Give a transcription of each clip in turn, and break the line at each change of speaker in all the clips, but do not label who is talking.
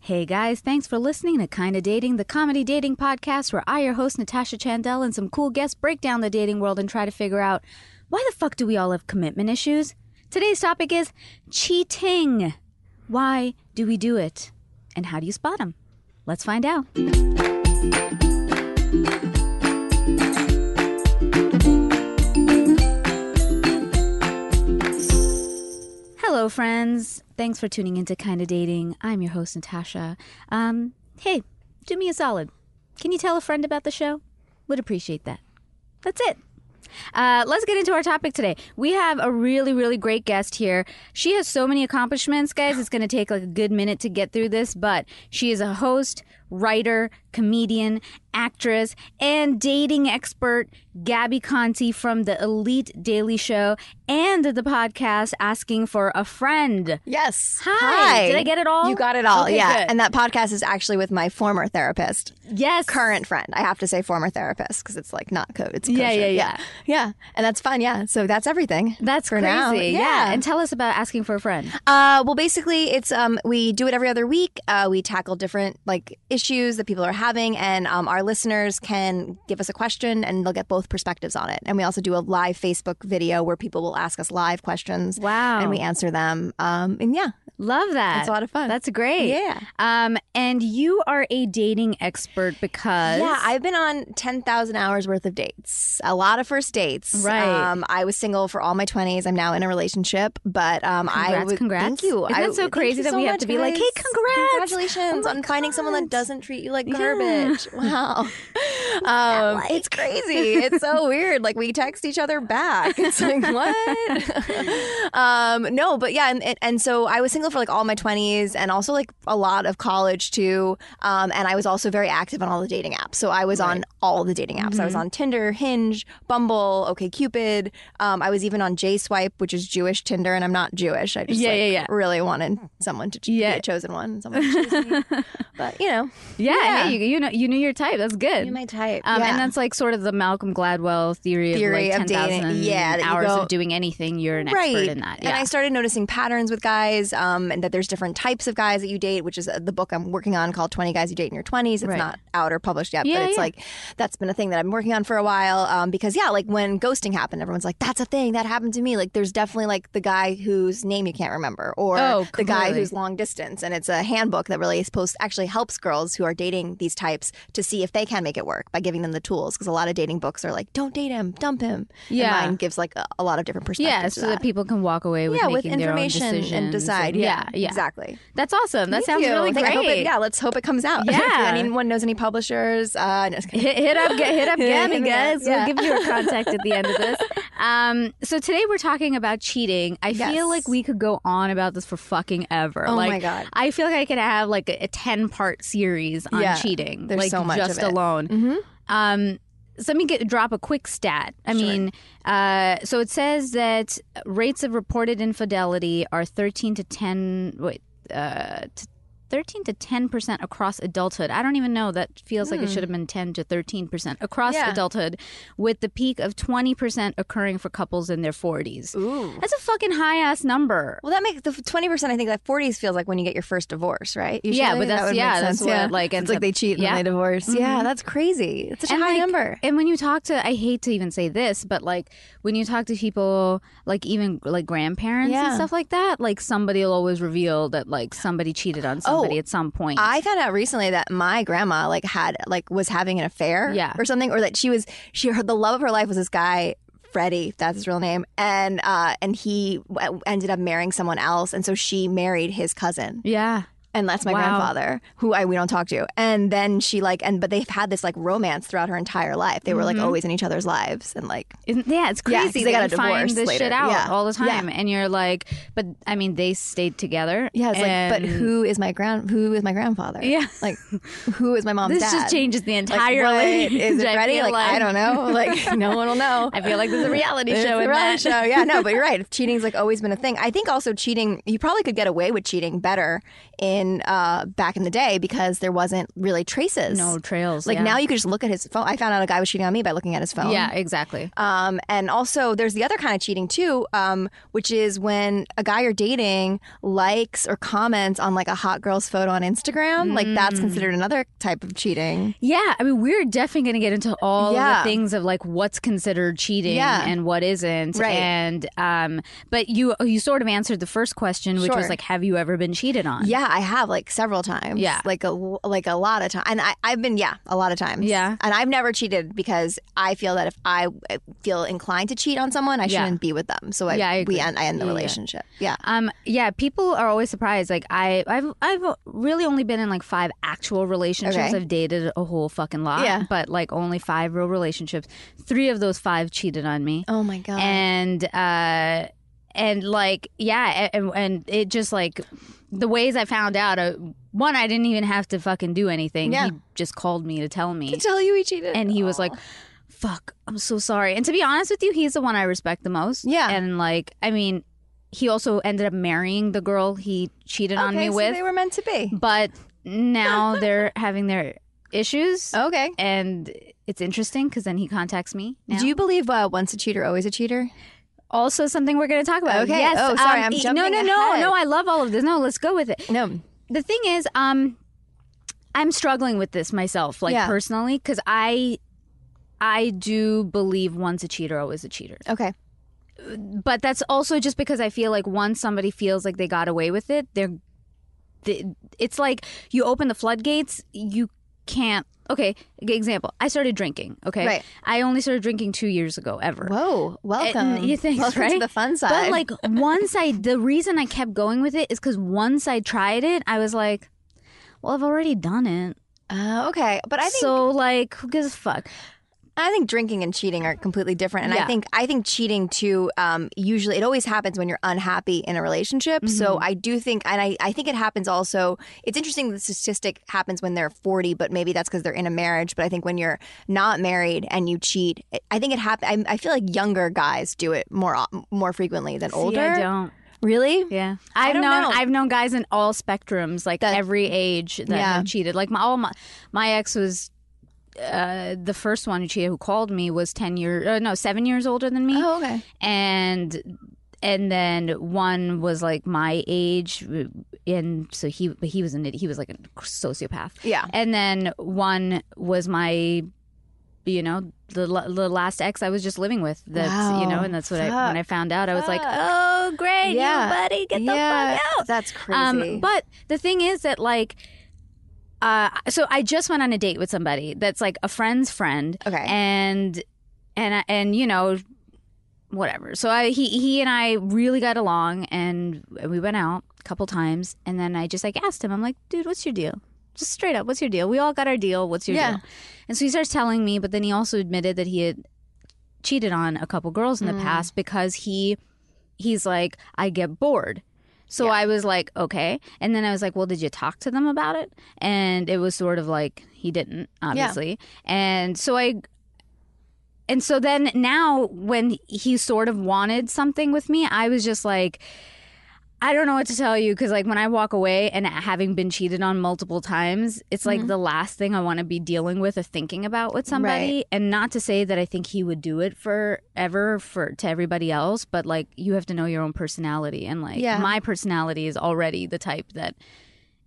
Hey guys, thanks for listening to Kinda Dating, the comedy dating podcast where I, your host, Natasha Chandel, and some cool guests break down the dating world and try to figure out why the fuck do we all have commitment issues? Today's topic is cheating. Why do we do it? And how do you spot them? Let's find out. Hello, friends. Thanks for tuning into Kinda Dating. I'm your host, Natasha. Um, hey, do me a solid. Can you tell a friend about the show? Would appreciate that. That's it. Uh, let's get into our topic today. We have a really, really great guest here. She has so many accomplishments, guys. It's going to take like a good minute to get through this, but she is a host, writer, comedian, actress, and dating expert, Gabby Conti from the Elite Daily Show and the podcast Asking for a Friend.
Yes.
Hi. Did I get it all?
You got it all.
Okay,
yeah.
good.
And that podcast is actually with my former therapist,
Yes.
current friend. I have to say former therapist because it's like not code. It's
Yeah,
kosher.
yeah, yeah.
yeah, yeah. And that's fun. Yeah. So that's everything.
That's
for
crazy.
now.
yeah. And tell us about Asking for a Friend.
Uh, well, basically, it's um, we do it every other week. Uh, we tackle different like issues that people are having, and um, our listeners can give us a question, and they'll get both perspectives on it. And we also do a live Facebook video where people will ask us live questions.
Wow.
And we answer them. Um, and yeah,
Love that.
it's a lot of fun.
That's great.
Yeah.
Um, and you are a dating expert because
Yeah, I've been on 10,000 hours worth of dates, a lot of first dates.
Right.
Um, I was single for all my 20s. I'm now in a relationship, but um, I
Congrats,
would,
congrats.
Thank you.
Isn't
I-
that so
thank
crazy
you
that
so
we have
much,
to be like,
guys.
"Hey, congrats."
Congratulations
Oh my
on finding someone that
God.
doesn't treat you like
Yeah.
garbage. Wow. Um, it's crazy. It's so weird. Like we text each other back. It's like what? um, no, but yeah, and, and- and so I was single for like all my twenties, and also like a lot of college too. Um, and I was also very active on all the dating apps. So I was on all the dating apps. I
Mm-hmm.
was on Tinder, Hinge, Bumble, OkCupid. Um, I was even on J Swipe, which is Jewish Tinder, and I'm not Jewish. I just
Yeah,
like,
yeah, yeah.
really wanted someone to ch-
Yeah.
be a chosen one, someone to choose me. but you know,
yeah, yeah,
Yeah.
you, you know you knew your type. That's good.
you my type.
um,
yeah.
and that's like sort of the Malcolm Gladwell theory,
Theory
of like
of dating.
10,000
Yeah, that you
hours
go-
of doing anything. You're an expert in that. Yeah.
And I started noticing patterns with guys, um, and that there's different types of guys that you date, which is uh, the book I'm working on called 20 Guys You Date in Your 20s. It's
Right.
not out or published yet,
Yeah,
but it's
yeah.
like that's been a thing that I'm working on for a while. Um, because, yeah, like when ghosting happened, everyone's like, that's a thing that happened to me. Like, there's definitely like the guy whose name you can't remember, or
Oh,
the guy
completely.
who's long distance. And it's a handbook that really is supposed actually helps girls who are dating these types to see if they can make it work by giving them the tools. Because a lot of dating books are like, don't date him, dump him. And
Yeah.
mine gives like a, a lot of different perspectives.
yeah,
to
so that.
that
people can walk away with
yeah, with
making
information
their own decisions.
and decide.
yeah,
Yeah,
yeah.
exactly.
That's awesome. That
Thank
sounds
you.
really
Thank-
great.
I hope it- yeah, let's hope it comes out.
Yeah.
if anyone knows any publishers, uh, no, just kidding.
hit, hit up, get, hit up Gabby,
Hit me up,
guys.
yeah.
We'll give you her contact at the end of this. Um, so today we're talking about cheating. I
Yes.
feel like we could go on about this for fucking ever.
Oh
like,
my God.
I feel like I could have like a, ten part series on
Yeah.
cheating.
There's
like
so much of
just
it.
alone.
Mhm.
Um, so let me get, drop a quick stat. I
Sure.
mean, uh, so it says that rates of reported infidelity are 13 to 10. Wait, uh, to 13 to 10 percent across adulthood. I don't even know. That feels like it should have been 10 to 13 percent across
Hmm. Yeah.
adulthood, with the peak of 20 percent occurring for couples in their 40s.
Ooh.
That's a fucking high ass number.
Well, that makes the twenty percent. I think that forties feels like when you get your first divorce, right? Usually
Yeah, but
that
that's-
would make
yeah, that's
sense,
what, like,
it's
ends
like
up-
they cheat and
yeah. Mm-hmm.
then they divorce. Yeah, that's crazy. It's such
And,
a high
like,
number.
And when you talk to, I hate to even say this, but like when you talk to people, like even like grandparents and
Yeah.
stuff like that, like somebody will always reveal that like somebody cheated on somebody at some point.
I found out recently that my grandma like had like was having an affair,
Yeah.
or something, or that she was she her, the love of her life was this guy. Freddie, if that's his real name, and uh, and he w- ended up marrying someone else, and so she married his cousin,
yeah.
and that's my
Wow.
grandfather, who I we don't talk to. And then she like, and but they've had this like romance throughout her entire life. They were like
Mm-hmm.
always in each other's lives, and like
Isn't, yeah, it's
Yeah, 'cause
crazy.
they got
that you
a
find
divorce
this shit
later.
out
Yeah.
all the
Yeah.
time, and you're like, but I mean, they stayed together.
yeah, it's
and
like, but who is my grand? Who is my grandfather?
Yeah.
like who is my mom's
This
dad?
just changes the
Like,
entire.
what?
language,
Is it
I
Freddie?
feel
Like, I don't know. Like no one will know.
I feel like there's a reality
It's
show
a
in
reality
that.
show. Yeah, no, but you're right. Cheating's like always been a thing. I think also cheating, you probably could get away with cheating better in in uh, back in the day because there wasn't really traces.
No trails.
Like
yeah.
now you could just look at his phone. I found out a guy was cheating on me by looking at his phone.
Yeah, exactly.
Um, and also, there's the other kind of cheating too, um, which is when a guy you're dating likes or comments on like a hot girl's photo on Instagram. Like
Mm.
that's considered another type of cheating.
Yeah, I mean, we're definitely going to get into all of
Yeah.
the things of like what's considered cheating
Yeah.
and what isn't,
Right.
and um, but you you sort of answered the first question, which was
Sure.
like, have you ever been cheated on?
Yeah, I have like several times.
Yeah.
like a like a lot of times, and I I've been yeah a lot of times.
Yeah.
and I've never cheated because I feel that if I eh, feel inclined to cheat on someone, I
Yeah.
shouldn't be with them. So I,
Yeah, I
we
agree.
end I end the
Yeah, yeah.
relationship. Yeah.
Um, yeah, people are always surprised. Like I, I've, I've really only been in like five actual relationships.
Okay.
I've dated a whole fucking lot,
Yeah.
but like only five real relationships. Three of those five cheated on me,
Oh my god.
and uh, and like yeah, and and it just like the ways I found out. Uh, one, I didn't even have to fucking do anything.
Yeah.
He just called me to tell me,
tell you we cheated,
and he was like. Fuck, I'm so sorry. And to be honest with you, he's the one I respect the most.
Yeah.
And like, I mean, he also ended up marrying the girl he cheated on
Okay,
me
so
with.
they were meant to be.
but now they're having their issues.
Okay.
And it's interesting because then he contacts me. Now.
Do you believe uh, once a cheater, always a cheater?
also something we're going to talk about?
Okay.
Yes.
Oh, sorry,
um,
I'm
e-
jumping
No, no, no,
ahead.
no. I love all of this. No, let's go with it.
No.
the thing is um i'm struggling with this myself like
Yeah.
personally because i i do believe once a cheater always a cheater
Okay.
but that's also just because i feel like once somebody feels like they got away with it they're th- it's like you open the floodgates you can't okay g- example i started drinking okay
Right.
i only started drinking two years ago ever
Whoa. Welcome.
you think,
welcome to
right?
the fun side.
but like once I, the reason I kept going with it is because once I tried it, I was like, well, I've already done it.
Uh, okay. But I think
so like, who gives a fuck?
I think drinking and cheating are completely different, and I
Yeah.
think I think cheating too. Um, usually, it always happens when you're unhappy in a relationship. So
Mm-hmm.
I do think, and I, I think it happens also. It's interesting the statistic happens when they're 40, but maybe that's because they're in a marriage. But I think when you're not married and you cheat, I- I think it happens. I feel like younger guys do it more o- more frequently than older.
See, I don't.
Really?
Yeah, I've
don't
known
know.
I've known guys in all spectrums, like
That-
every age that
Yeah.
have cheated. Like my all my my ex was. Uh, the first one who cheated, who called me, was ten years, uh, no, seven years older than me,
Oh, okay.
and and then one was like my age, and so he, but he was an idiot. he was like a sociopath.
Yeah.
And then one was my, you know, the la- the last ex I was just living with. That's you know,
Wow.
and that's what I when I found out, I was like,
Fuck.
oh great,
Yeah.
you buddy, get the
yeah,
fuck out. Um,
That's crazy.
but the thing is that like. Uh, so I just went on a date with somebody that's like a friend's friend,
Okay.
and and I- and you know, whatever. So I he he and I really got along, and we went out a couple times, and then I just like asked him, I'm like, dude, what's your deal? Just straight up, what's your deal? We all got our deal. What's your
Yeah.
deal? And so he starts telling me, but then he also admitted that he had cheated on a couple girls
Mm.
in the past because he he's like, I get bored. So I was like, okay. And then I was like, well, did you talk to them about it? And it was sort of like he didn't, obviously. And so I and so then now when he sort of wanted something with me, I was just like I don't know what to tell you cuz like when I walk away and having been cheated on multiple times, it's like the last thing I want to be dealing with or thinking about with somebody and not to say that I think he would do it forever for to everybody else, but like you have to know your own personality and like
Yeah.
my personality is already the type that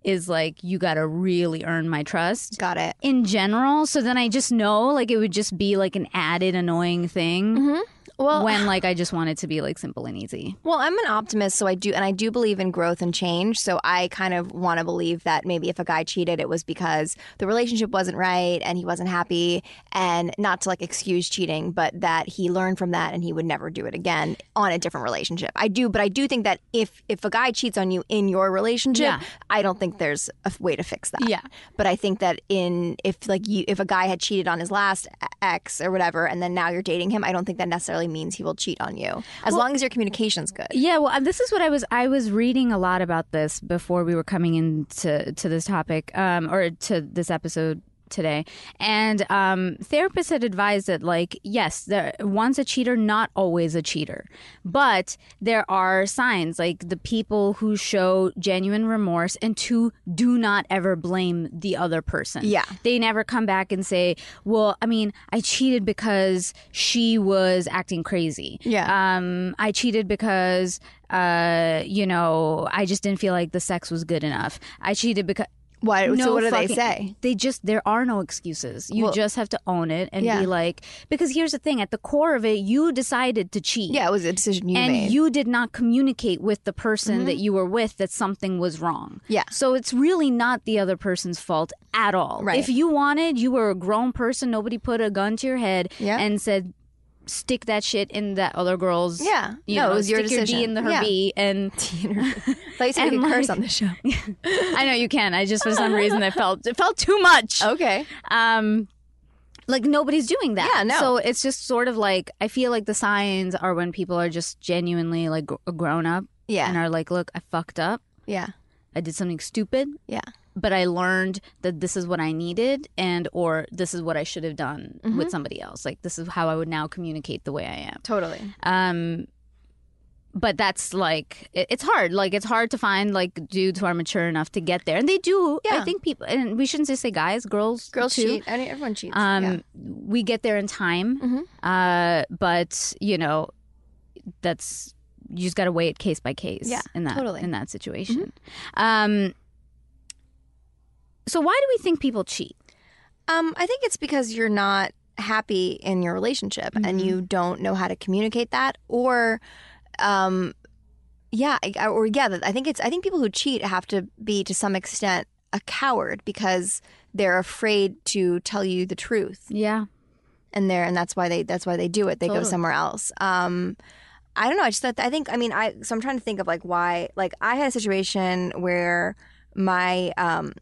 is like you got to really earn my trust
Got it.
in general. So then I just know like it would just be like an added annoying thing
Mm-hmm. Well,
when like I just want it to be like simple and easy.
Well, I'm an optimist, so I do, and I do believe in growth and change. So I kind of want to believe that maybe if a guy cheated, it was because the relationship wasn't right and he wasn't happy, and not to like excuse cheating, but that he learned from that and he would never do it again on a different relationship. I do, but I do think that if if a guy cheats on you in your relationship,
Yeah.
I don't think there's a f- way to fix that.
Yeah.
But I think that in if like you if a guy had cheated on his last ex or whatever, and then now you're dating him, I don't think that necessarily means he will cheat on you. As long as your communication's good.
Yeah, well, uh, this is what I was I was reading a lot about this before we were coming into to this topic um, or to this episode today, and um, therapists had advised that, like, yes, there, one's a cheater, not always a cheater, but there are signs like the people who show genuine remorse and two do not ever blame the other person.
Yeah.
they never come back and say, "Well, I mean, I cheated because she was acting crazy."
Yeah.
um, I cheated because, uh, you know, I just didn't feel like the sex was good enough. I cheated because.
Why? so
No
what do they
fucking-
say?
They just there are no excuses. You
Well-
just have to own it and
Yeah.
be like because here's the thing at the core of it you decided to cheat.
Yeah, it was a decision you
And
made. Mm-hmm.
you did not communicate with the person that you were with that something was wrong.
Yeah.
So it's really not the other person's fault at all.
Right.
If you wanted, you were a grown person. Nobody put a gun to your head
Yeah.
and said, "Stick that shit in that other girl's."
Yeah.
You
No,
know,
it was your
stick your D
decision.
in the her
Yeah.
B, and
Thought you said we
and,
could curse
like-
on the show.
I know you can. I just for some reason that felt it felt too much.
Okay.
um like nobody's doing that
Yeah, no.
so it's just sort of like i feel like the signs are when people are just genuinely like gr- grown up
Yeah.
and are like look i fucked up
yeah.
i did something stupid
Yeah.
but i learned that this is what i needed and or this is what i should have done
Mm-hmm.
with somebody else like this is how i would now communicate the way i am
Totally.
um but that's like it, it's hard like it's hard to find like dudes who are mature enough to get there and they do i
Yeah.
think people and we shouldn't just say guys girls
Girls
too.
cheat. I mean, everyone cheats.
Um,
yeah. Mm-hmm.
we get there in time, uh, but you know, that's you just got to weigh it case by case.
Yeah,
in that
totally. Mm-hmm.
in that situation. Um, so why do we think people cheat?
Um, I think it's because you're not happy in your relationship and you don't know how to communicate that, or, um, yeah, I- or yeah, that- I think it's I think people who cheat have to be to some extent a coward because they're afraid to tell you the truth,
Yeah,
and they're and that's why they that's why they do it. They go
Totally.
somewhere else. Um, I don't know. I just thought, I think I mean I so I'm trying to think of like why like I had a situation where my um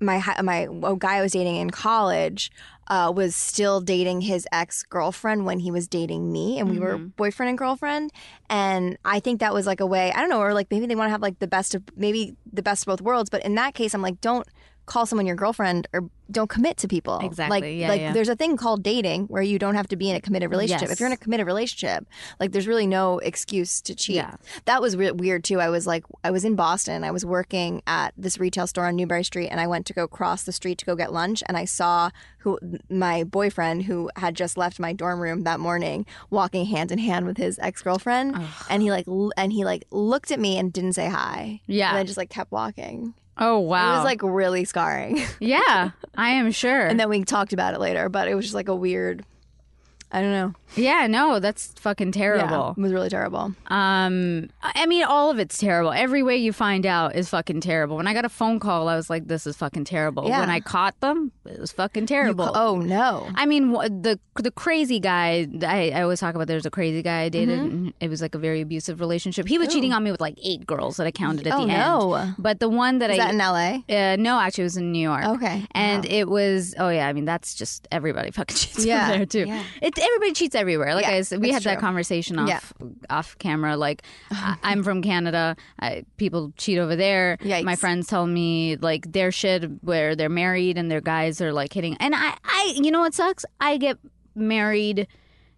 my hi- my a guy I was dating in college uh, was still dating his ex girlfriend when he was dating me, and we were
Mm-hmm.
boyfriend and girlfriend. And I think that was like a way I don't know, or like maybe they want to have like the best of maybe the best of both worlds. But in that case, I'm like, don't call someone your girlfriend or don't commit to people. Like,
Exactly. Yeah,
like
yeah.
there's a thing called dating where you don't have to be in a committed relationship.
Yes.
If you're in a committed relationship, like there's really no excuse to cheat.
Yeah.
That was re- weird too. I was like, I was in Boston. I was working at this retail store on Newberry Street, and I went to go cross the street to go get lunch, and I saw who my boyfriend, who had just left my dorm room that morning, walking hand in hand with his ex girlfriend, and he like l- and he like looked at me and didn't say hi.
Yeah.
and then just like kept walking.
Oh
It
wow,
was like really scarring.
yeah, I am sure.
and then we talked about it later, but it was just like a weird. I don't know.
yeah, no, that's fucking
Yeah,
terrible.
it was really terrible.
Um, I I mean, all of it's terrible. Every way you find out is fucking terrible. When I got a phone call, I was like, "This is fucking terrible."
Yeah.
When I caught them, it was fucking terrible.
Oh no.
I mean, wh- the the crazy guy. I, I always talk about. There's a crazy guy I dated.
Mm-hmm.
And it was like a very abusive relationship. He was cheating on me with like eight girls that I counted at
Oh,
the
no.
end. But the one that
Is
I
that in L.A.?
uh, no, actually, it was in New York.
Okay.
And it was oh yeah, I mean that's just everybody fucking cheats
Yeah,
over there too.
yeah.
It's everybody cheats everywhere. Like
Yeah,
I said, we
it's
had that
true.
conversation off
Yeah.
off camera. Like I, I'm from Canada. I, people cheat over there.
Yikes.
My friends tell me like their shit where they're married and their guys are like hitting. And I I you know what sucks? I get married.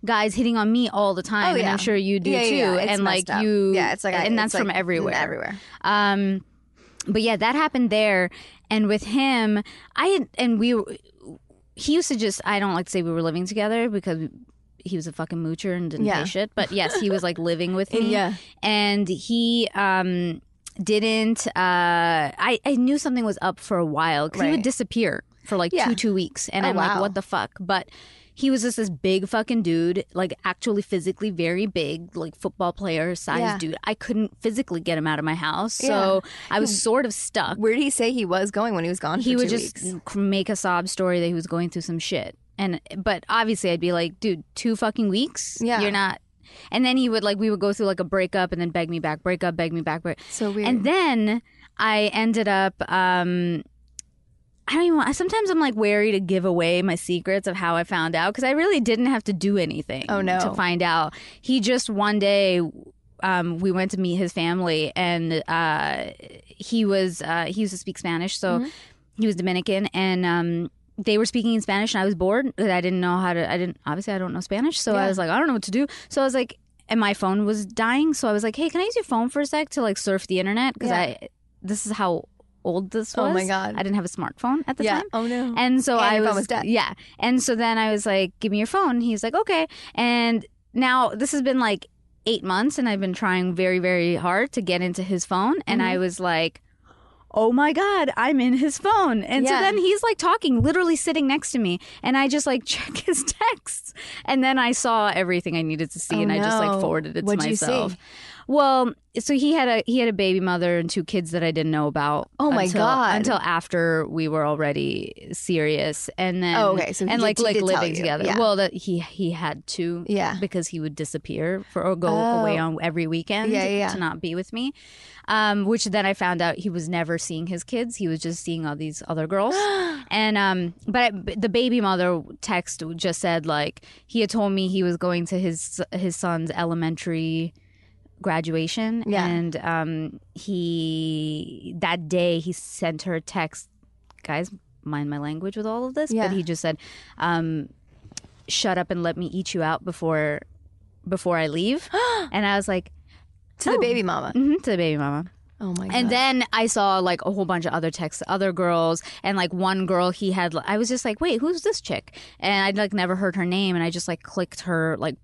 Guys hitting on me all the time,
Oh,
and
yeah.
I'm sure you do
Yeah, yeah,
too.
yeah. It's
And like
messed up.
you,
yeah, it's like, I-
and
it's
that's from
like
everywhere.
everywhere.
Um, but yeah, that happened there, and with him, I had, and we. He used to just. I don't like to say we were living together because he was a fucking moocher and didn't
Yeah.
pay shit. But yes, he was like living with me.
Yeah.
and he um didn't. Uh, I I knew something was up for a while because he
Right.
would disappear for like
Yeah.
two two weeks, and
Oh,
I'm
wow.
like, what the fuck? But. He was just this big fucking dude, like actually physically very big, like football player size
Yeah.
dude. I couldn't physically get him out of my house, so
Yeah.
I was sort of stuck.
Where did he say he was going when he was gone?
He
for
would
two
just
weeks?
cr- make a sob story that he was going through some shit. And but obviously I'd be like, dude, two fucking weeks?
Yeah.
You're not and then he would like we would go through like a breakup and then beg me back, break up, beg me back, break
so weird.
and then I ended up um I don't even want, sometimes I'm like wary to give away my secrets of how I found out because I really didn't have to do anything
Oh, no.
to find out. He just one day um, we went to meet his family and
Mm-hmm.
uh, he was uh, he used to speak Spanish so he was Dominican and um, they were speaking in Spanish and I was bored because I didn't know how to. I didn't obviously I don't know Spanish, so I
Yeah.
was like I don't know what to do. So I was like, and my phone was dying, so I was like, hey, can I use your phone for a sec to like surf the internet because
Yeah.
I this is how old this was.
Oh my God.
I didn't have a smartphone at the
yeah.
time.
Oh no.
And so
And
I
your
was,
phone was dead.
yeah. And so then I was like, "Give me your phone." He's like, "Okay." And now this has been like eight months, and I've been trying very, very hard to get into his phone, and
Mm-hmm.
I was like. Oh my God, I'm in his phone. And so
Yeah.
then he's like talking, literally sitting next to me. And I just like check his texts. And then I saw everything I needed to see
Oh,
and I just like
no.
forwarded it
What'd
to
you see?
myself. Well, so he had a he had a baby mother and two kids that I didn't know about.
Oh, my
until-
God.
Until after we were already serious, and then
Oh, okay. So he
and
did-
like
he
like
did tell
living
you.
together.
Yeah.
Well, that he he had to
Yeah.
because he would disappear for or go
Oh.
away on every weekend
Yeah, yeah, yeah.
to not be with me. Um, which then I found out he was never seeing his kids. He was just seeing all these other girls. and um, but I, but the baby mother text just said like he had told me he was going to his his son's elementary graduation
Yeah.
and um he that day he sent her a text guys mind my language with all of this
Yeah.
but he just said um shut up and let me eat you out before before i leave and i was like
to the baby mama.
mhm, to the baby mama
Oh my god.
and then I saw like a whole bunch of other texts, other girls, and like one girl he had. I was just like, wait, who's this chick? And I'd like never heard her name, and I just like clicked her like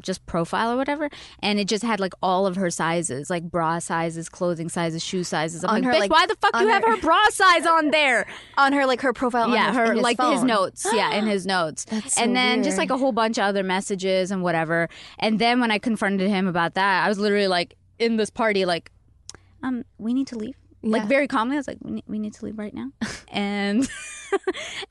just profile or whatever, and it just had like all of her sizes, like bra sizes, clothing sizes, shoe sizes. I'm
On
like,
her,
bitch,
like-
why the fuck
on
you have
her-
her bra size on there?
on her like her profile.
yeah,
on
her
in his
like his
phone.
notes. Yeah, in his notes.
That's so
and then just like
weird.
a whole bunch of other messages and whatever. And then when I confronted him about that, I was literally like in this party, like, um, we need to leave. Like
Yeah.
very calmly, I was like, we need, we need to leave right now. And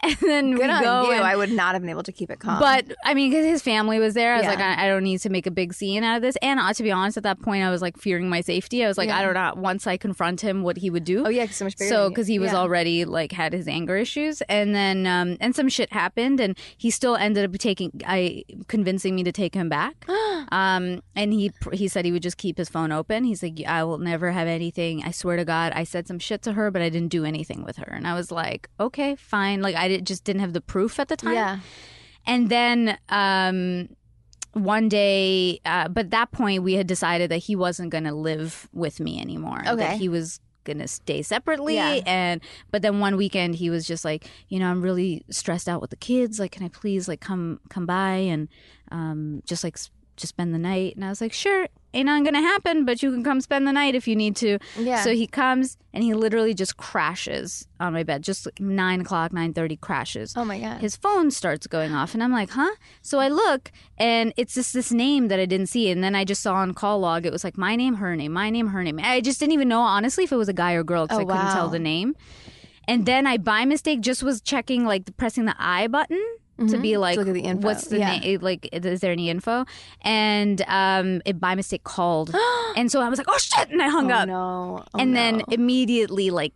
and then we
Good on
go.
you.
and-
I would not have been able to keep it calm.
but I mean, because his family was there, I was
Yeah.
like, I, I don't need to make a big scene out of this. And uh, to be honest, at that point, I was like fearing my safety. I was like,
Yeah.
I don't know. Once I confront him, what he would do.
oh yeah, 'cause so much bigger.
So,
than you.
because he was
Yeah.
already like had his anger issues, and then um, and some shit happened, and he still ended up taking, I convincing me to take him back. um, and he pr- he said he would just keep his phone open. He's like, I will never have anything. I swear to God, I said some shit to her, but I didn't do anything with her. And I was like, okay, fine. Like I did, just didn't have the proof at the time.
Yeah.
And then um, one day, uh, but at that point, we had decided that he wasn't going to live with me anymore.
Okay.
That he was going to stay separately.
Yeah.
And, but then one weekend, he was just like, you know, I'm really stressed out with the kids. Like, can I please, like, come, come by and um, just, like, s- just spend the night? And I was like, sure. Ain't not gonna happen, but you can come spend the night if you need to.
Yeah.
So he comes and he literally just crashes on my bed, just like nine o'clock, nine thirty crashes
oh my god.
his phone starts going off and i'm like huh so i look and it's just this name that i didn't see and then i just saw on call log it was like my name her name my name her name i just didn't even know honestly if it was a guy or girl because
Oh,
i couldn't
wow.
tell the name and then i by mistake just was checking like pressing the i button to be like,
Mm-hmm. look at the info.
what's the
Yeah.
name? Like, is there any info? And um, it by mistake called, and so I was like, "Oh shit!" and I hung
oh
up
no. Oh,
and then
no.
immediately like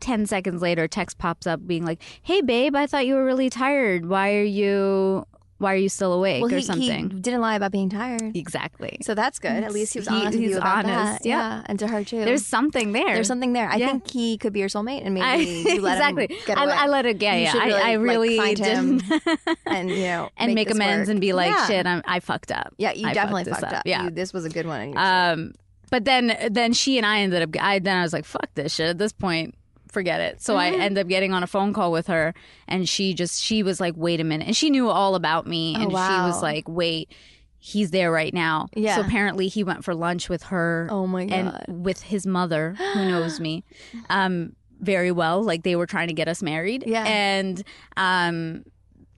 10 seconds later a text pops up being like hey babe i thought you were really tired why are you why are you still awake
well,
or
he,
something
he didn't lie about being tired.
exactly
So that's good. At least he was
He-
honest with
he's
you about
honest,
that.
yeah.
and to her too.
there's something there
there's something there. I
Yeah.
think he could be your soulmate, and maybe
I,
you let
exactly
him get
I,
away.
I let it yeah
You
yeah
should
I, I
really,
really
like, find
didn't
and you know,
and make
this
amends
work.
and be like
yeah.
shit I'm, i fucked up
Yeah, you
I
definitely
this
fucked, up.
yeah
You- this was a good one. and you-
um but then then she and i ended up i then i was like fuck this shit at this point forget it so
Mm-hmm.
i ended up getting on a phone call with her and she just she was like wait a minute and she knew all about me
Oh,
and she
wow.
was like wait he's there right now
Yeah.
so apparently he went for lunch with her
oh my god.
and with his mother who knows me um very well like they were trying to get us married
Yeah.
and um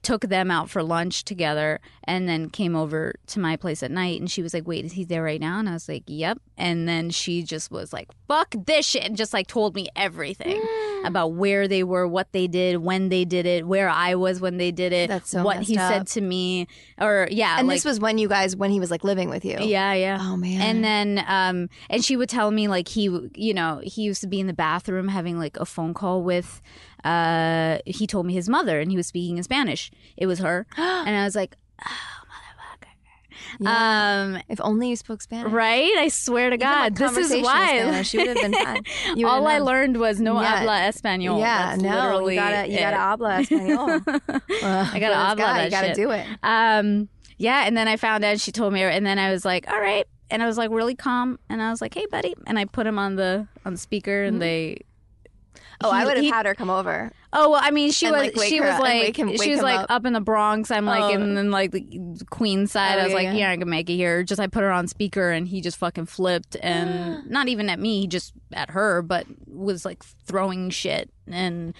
took them out for lunch together and then came over to my place at night and she was like wait is he there right now and i was like yep and then she just was like fuck this shit and just like told me everything
Mm.
about where they were what they did when they did it where i was when they did it
That's so
what he
messed
said
up.
to me or yeah
and
like,
this was when you guys, when he was like living with you.
yeah yeah
Oh man.
and then, um, and she would tell me like he, you know, he used to be in the bathroom having like a phone call with. Uh, he told me his mother, and he was speaking in Spanish. It was her, and I was like, oh, Um,
If only you spoke Spanish.
right? I swear to
Even, like,
God, this is
conversational
why.
Spanish, you would have been fine. You
All
would've
I
known.
learned was no
Yeah.
habla español.
Yeah,
That's
no,
literally
you gotta you
it.
gotta habla español.
I gotta habla that
You gotta
shit.
do it.
Um, yeah, and then I found out she told me, and then I was like, all right, and I was like really calm, and I was like, hey, buddy, and I put him on the on the speaker,
Mm-hmm.
and they.
Oh, I
he-
would have
he-
had her come over.
Oh well, I mean, she
And,
was
like, wake
she
her
was
up-
like
wake him- wake
she was
him
like
up.
up. in the Bronx. I'm like,
Oh.
and then like the Queen side,
Oh,
I was
yeah,
like,
yeah.
you aren't gonna make it here. Just I put her on speaker, and he just fucking flipped, and not even at me, just at her, but was like throwing shit, and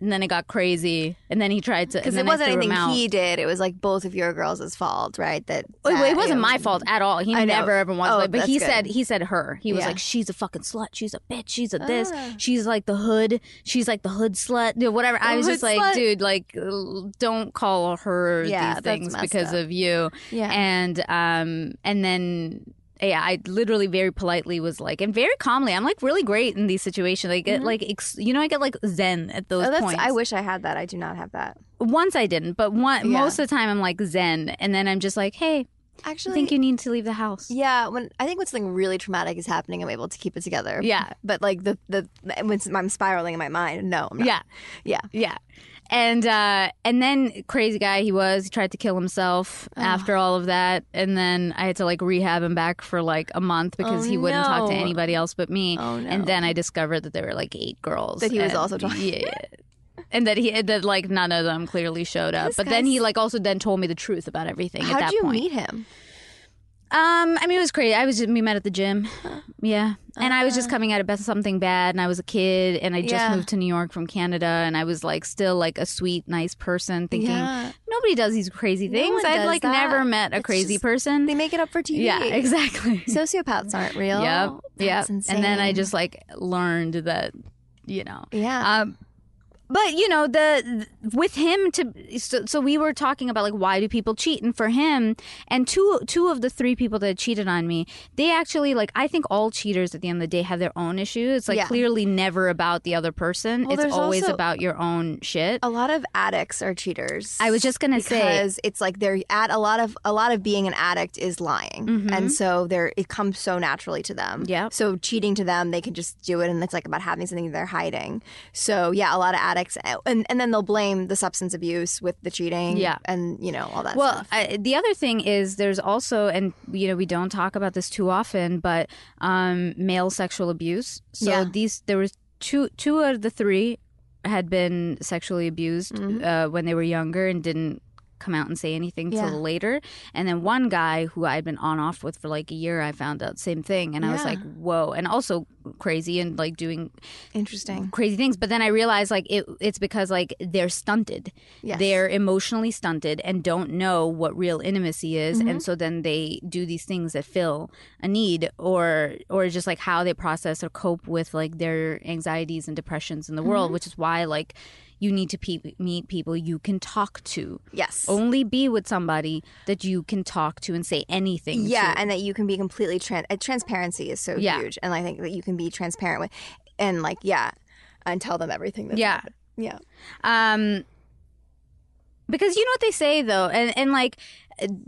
and then it got crazy, and then he tried to
Because
and then
it
I
wasn't
threw him
anything
out.
he did. It was like both of your girls' fault, right? That,
It,
that
it wasn't my fault at all. He
I know.
never ever once.
Oh,
like, but he
that's
said
good.
he said her. He was
Yeah.
like, she's a fucking slut. She's a bitch. She's a this.
Ah.
She's like the hood. She's like the hood slut. You know, Whatever. I
The
was
hood
just like,
slut.
dude, like, l- don't call her
Yeah,
these
that's
things
messed
because
up.
of you.
Yeah.
And um, and then. Yeah, I literally very politely was like, and very calmly. I'm like really great in these situations. I get like, ex- you know, I get like zen at those
Mm-hmm. Oh, that's,
points
I wish I had that. I do not have that.
once I didn't, but one
Yeah.
most of the time I'm like zen, and then I'm just like, hey, I
Actually,
think you need to leave the house.
yeah. When I think when something really traumatic is happening, I'm able to keep it together.
Yeah.
But like the the when I'm spiraling in my mind, no, I'm not.
Yeah,
yeah.
yeah. And uh, and then crazy guy he was. He tried to kill himself after all of that, and then I had to like rehab him back for like a month because
Oh,
he wouldn't talk to
no.
anybody else but me.
Oh, no.
And then I discovered that there were like eight girls
That he was
and-
also talking-
Yeah. And that he that like none of them clearly showed up,
This
but then
guy's-
he like also then told me the truth about everything at
How
that
did you
point.
meet him?
Um, I mean, it was crazy. I was just, we met at the gym. Yeah. And I was just coming out of Beth something bad, and I was a kid, and I just
Uh-huh. Yeah.
moved to New York from Canada, and I was like still like a sweet, nice person, thinking
Yeah.
nobody does these crazy
No
things.
one
I'd
does
like
that.
never met a
It's
crazy
just-
person.
They make it up for TV.
yeah, exactly.
Sociopaths aren't real.
yep, yep.
That's
And then I
insane.
just like learned that, you know,
yeah.
um, but you know the with him to so, so we were talking about like why do people cheat and for him and two two of the three people that cheated on me they actually like I think all cheaters at the end of the day have their own issues it's like
Yeah.
clearly never about the other person
Well,
it's
there's
always
also- Oh,
about your own shit
a lot of addicts are cheaters.
I was just gonna say
because it's like they're at a lot of a lot of being an addict is lying, and so they're it comes so naturally to them.
Mm-hmm. Yep.
So cheating to them, they can just do it, and it's like about having something they're hiding. So yeah, a lot of addicts, eh, and and then they'll blame the substance abuse with the cheating.
Yeah.
and you know all that.
well
stuff.
I, the other thing is there's also and you know we don't talk about this too often but um male sexual abuse so
Yeah.
these there was two two out of the three had been sexually abused
Mm-hmm.
uh, when they were younger and didn't come out and say anything
Yeah.
till later and then one guy who i had been on off with for like a year i found out same thing and i was
Yeah.
like whoa and also crazy and like doing
interesting.
crazy things but then i realized like it, it's because like they're stunted
Yes.
they're emotionally stunted and don't know what real intimacy is
Mm-hmm.
and so then they do these things that fill a need or or just like how they process or cope with like their anxieties and depressions in the world
Mm-hmm.
which is why like you need to pe- meet people you can talk to
yes.
only be with somebody that you can talk to and say anything
Yeah,
to.
and that you can be completely trans. Uh, transparency is so
Yeah.
huge, and I think that you can be transparent with, and like yeah, and tell them everything. That's
Yeah.
happened. yeah.
Um, because you know what they say though, and and like,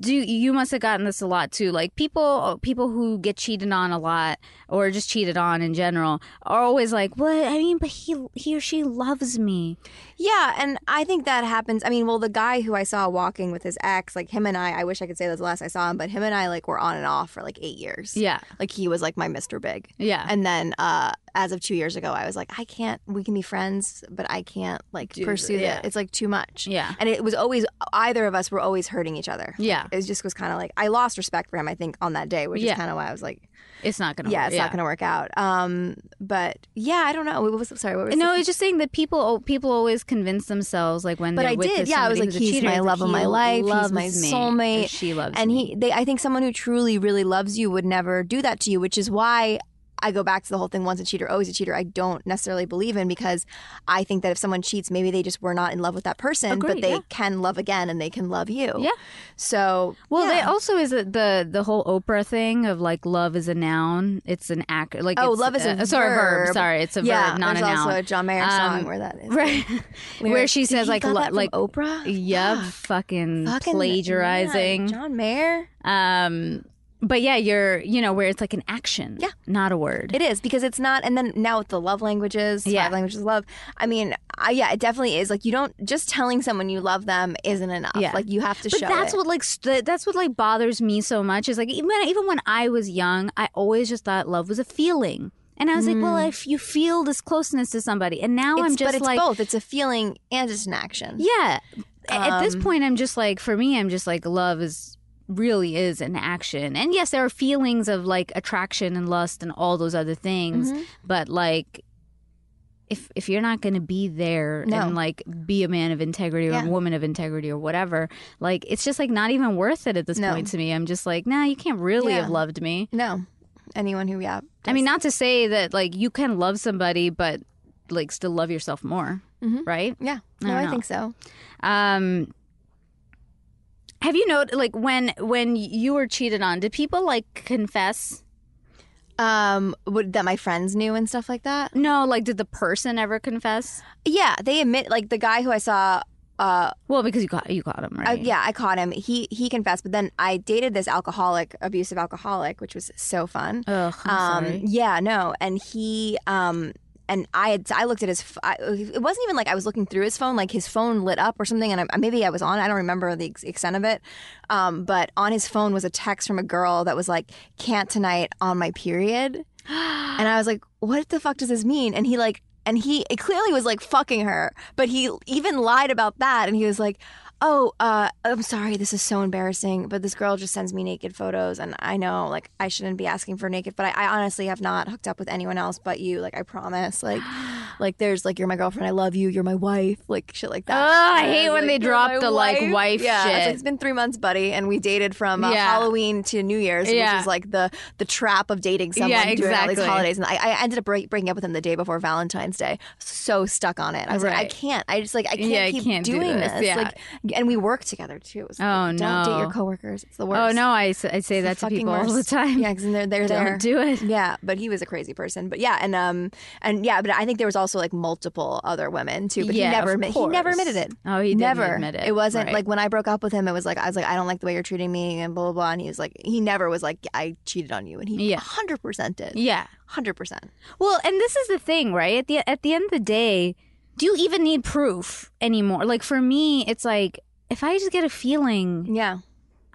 do you must have gotten this a lot too? Like people people who get cheated on a lot or just cheated on in general are always like, "What? I mean, but he he or she loves me."
Yeah, and I think that happens. I mean, well, the guy who I saw walking with his ex, like him and I, I wish I could say this last I saw him, but him and I like were on and off for like eight years.
Yeah,
Like he was like my Mr. Big.
yeah,
And then uh as of two years ago, I was like, I can't we can be friends, but I can't like
Do-
pursue
yeah.
that. It's like too much.
Yeah.
And it was always either of us were always hurting each other.
Yeah.
Like, it just was kinda like I lost respect for him, I think, on that day, which
Yeah.
is kinda why I was like,
it's not gonna.
Yeah,
work.
it's not gonna work out. Um but yeah, I don't know. What was sorry, what was
No,
the-
it's just saying that people people always convince themselves like when
But
they're
I
with
did.
this
Yeah, I was
somebody
like,
who's a
he's
cheater,
my
it's
love of
he
my life. He's
loves
my
me,
soulmate,
or she loves
and
me.
he they i think someone who truly really loves you would never do that to you which is why I- I go back to the whole thing once a cheater, always a cheater, I don't necessarily believe in because I think that if someone cheats, maybe they just were not in love with that person,
Agreed,
but they
yeah.
can love again and they can love you.
Yeah.
So,
Well,
yeah.
they also is it the the whole Oprah thing of like love is a noun. It's an act. Like
Oh,
it's
love is a
uh, sorry verb.
verb.
Sorry, it's a
yeah,
verb, not
there's
a noun.
also a John Mayer song
Um,
where that is.
right, where she
Did
says
he
like
got
lo-
that from
like
Oprah.
yep,
Fuck.
fucking,
Fucking-
plagiarizing.
yeah, John Mayer.
Um, but yeah, you're you know where it's like an action,
Yeah.
not a word.
It is because it's not. And then now with the love languages, five
Yeah.
languages of love. I mean, I, yeah, it definitely is. Like you don't just telling someone you love them isn't enough.
Yeah.
Like you have to
but
show.
that's
it.
what like st- that's what like bothers me so much is like even even when I was young, I always just thought love was a feeling, and I was like, well, if you feel this closeness to somebody, and now
Mm. It's-
I'm just
but it's
like,
both. It's a feeling and it's an action.
yeah. A- At this
Um,
point, I'm just like, for me, I'm just like, love is really is an action, and yes, there are feelings of like attraction and lust and all those other things,
Mhm.
but like if if you're not going to be there
No.
and like be a man of integrity or
Yeah.
a woman of integrity or whatever like it's just like not even worth it at this
No.
point to me i'm just like nah you can't really
Yeah.
have loved me
No, anyone who yeah.
i mean not to say that like you can love somebody but like still love yourself more
Mhm.
right
Yeah.
I
No,
don't
I,
know.
think so.
um have you noticed like when when you were cheated on did people like confess
Um, would, that my friends knew and stuff like that.
no like did the person ever confess
Yeah, they admit. Like the guy who I saw. Uh,
well because you got you got him right
I- yeah, I caught him. He he confessed, but then I dated this alcoholic, abusive alcoholic, which was so fun.
Ugh, I'm
um
sorry.
yeah no and he um and I had I looked at his f- I, it wasn't even like I was looking through his phone like his phone lit up or something and I, maybe I was on I don't remember the ex- extent of it um but on his phone was a text from a girl that was like can't tonight on my period
Oh,
and I was like what the fuck does this mean and he like and he it clearly was like fucking her but he even lied about that and he was like oh uh, i'm sorry this is so embarrassing but this girl just sends me naked photos and i know like i shouldn't be asking for naked but i, I honestly have not hooked up with anyone else but you like i promise like like there's like you're my girlfriend i love you you're my wife like shit like that
Ugh, I
And
hate
was
when they
"You're
drop
my
the, like, wife
yeah I was like,
shit.
it's been three months buddy and we dated from uh,
Yeah.
halloween to new year's
Yeah.
which is like the the trap of dating someone
Yeah,
during all these
exactly.
holidays and I, I ended up break, breaking up with him the day before Valentine's Day. So stuck on it. I was like, I
Right.
can't. I just like I can't
Yeah, I
keep
can't do
doing
this.
this.
Yeah.
Like, and we work together too. It was like,
Oh,
Don't date
no.
your coworkers. It's the worst.
Oh no, I, s- I say that
It's the
to
fucking
people all the
worst.
time.
Yeah, because they're they're
Don't
there.
do it.
Yeah, but he was a crazy person. But yeah, and um and yeah, but I think there was also like multiple other women too. But
Yeah,
he never
of
admit, he never
course.
admitted it.
Oh, he didn't
never
admit it.
wasn't
Right.
like when I broke up with him. It was like I was like I don't like the way you're treating me and blah blah blah. And he was like he never was like I cheated on you and he
Yeah.
hundred percent did
Yeah.
hundred percent.
Well, and this is the thing, right? At the at the end of the day, do you even need proof anymore? Like for me, it's like if I just get a feeling,
Yeah.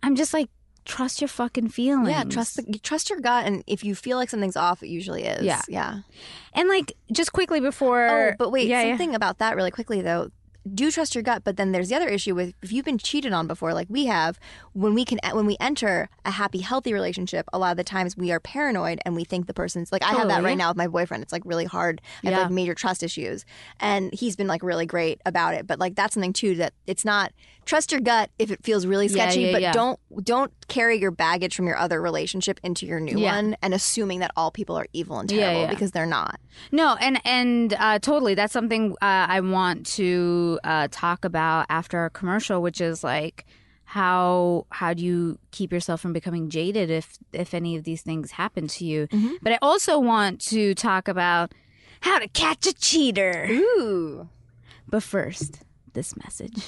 I'm just like trust your fucking feelings.
Yeah, trust the, trust your gut, and if you feel like something's off, it usually is.
Yeah.
yeah.
And like just quickly before
oh, but wait,
yeah, yeah.
something about that really quickly though. Do trust your gut, but then there's the other issue with if you've been cheated on before, like we have. When we can, when we enter a happy, healthy relationship, a lot of the times we are paranoid and we think the person's like. I have that
Totally.
right now with my boyfriend. It's like really hard. I
Yeah.
have like major trust issues, and he's been like really great about it. But like that's something too that it's not trust your gut if it feels really
Yeah,
sketchy,
yeah,
but
yeah.
don't don't carry your baggage from your other relationship into your new
Yeah.
one and assuming that all people are evil and
Yeah,
terrible
yeah.
because they're not.
No, and and uh, totally, that's something uh, I want to uh, talk about after our commercial, which is like how how do you keep yourself from becoming jaded if if any of these things happen to you?
Mhm.
But I also want to talk about how to catch a cheater.
Ooh.
But first, this message.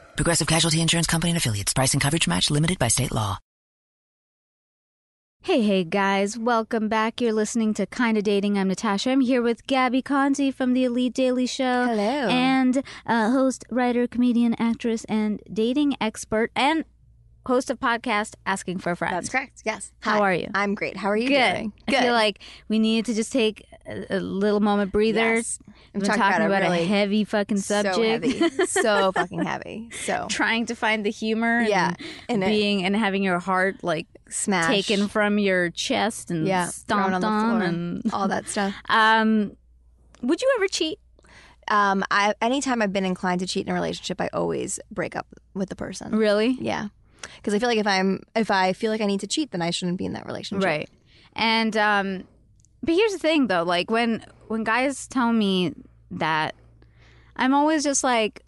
Progressive Casualty Insurance Company and affiliates. Price and coverage match limited by state law.
Hey, hey, guys, welcome back. You're listening to Kinda Dating. I'm Natasha. I'm here with Gabby Conti from the Elite Daily Show.
Hello.
And uh, host, writer, comedian, actress, and dating expert, and host of podcast Asking for a Friend.
That's correct. Yes.
How
Hi.
are you?
I'm great. How are you
Good.
doing?
I feel like we needed to just take a, a little moment breather.
Yes.
We've been talking about, a
really
heavy fucking subject.
So heavy. so fucking heavy. So
Trying to find the humor.
Yeah.
And,
In it.
being and having your heart like
smash.
taken from your chest and
yeah,
stomped on,
thrown on the floor.
and
all that stuff.
um would you ever cheat?
Um, I anytime I've been inclined to cheat in a relationship, I always break up with the person.
Really?
Yeah, because I feel like if I'm if I feel like I need to cheat, then I shouldn't be in that relationship.
Right. And um but here's the thing though, like when when guys tell me that I'm always just like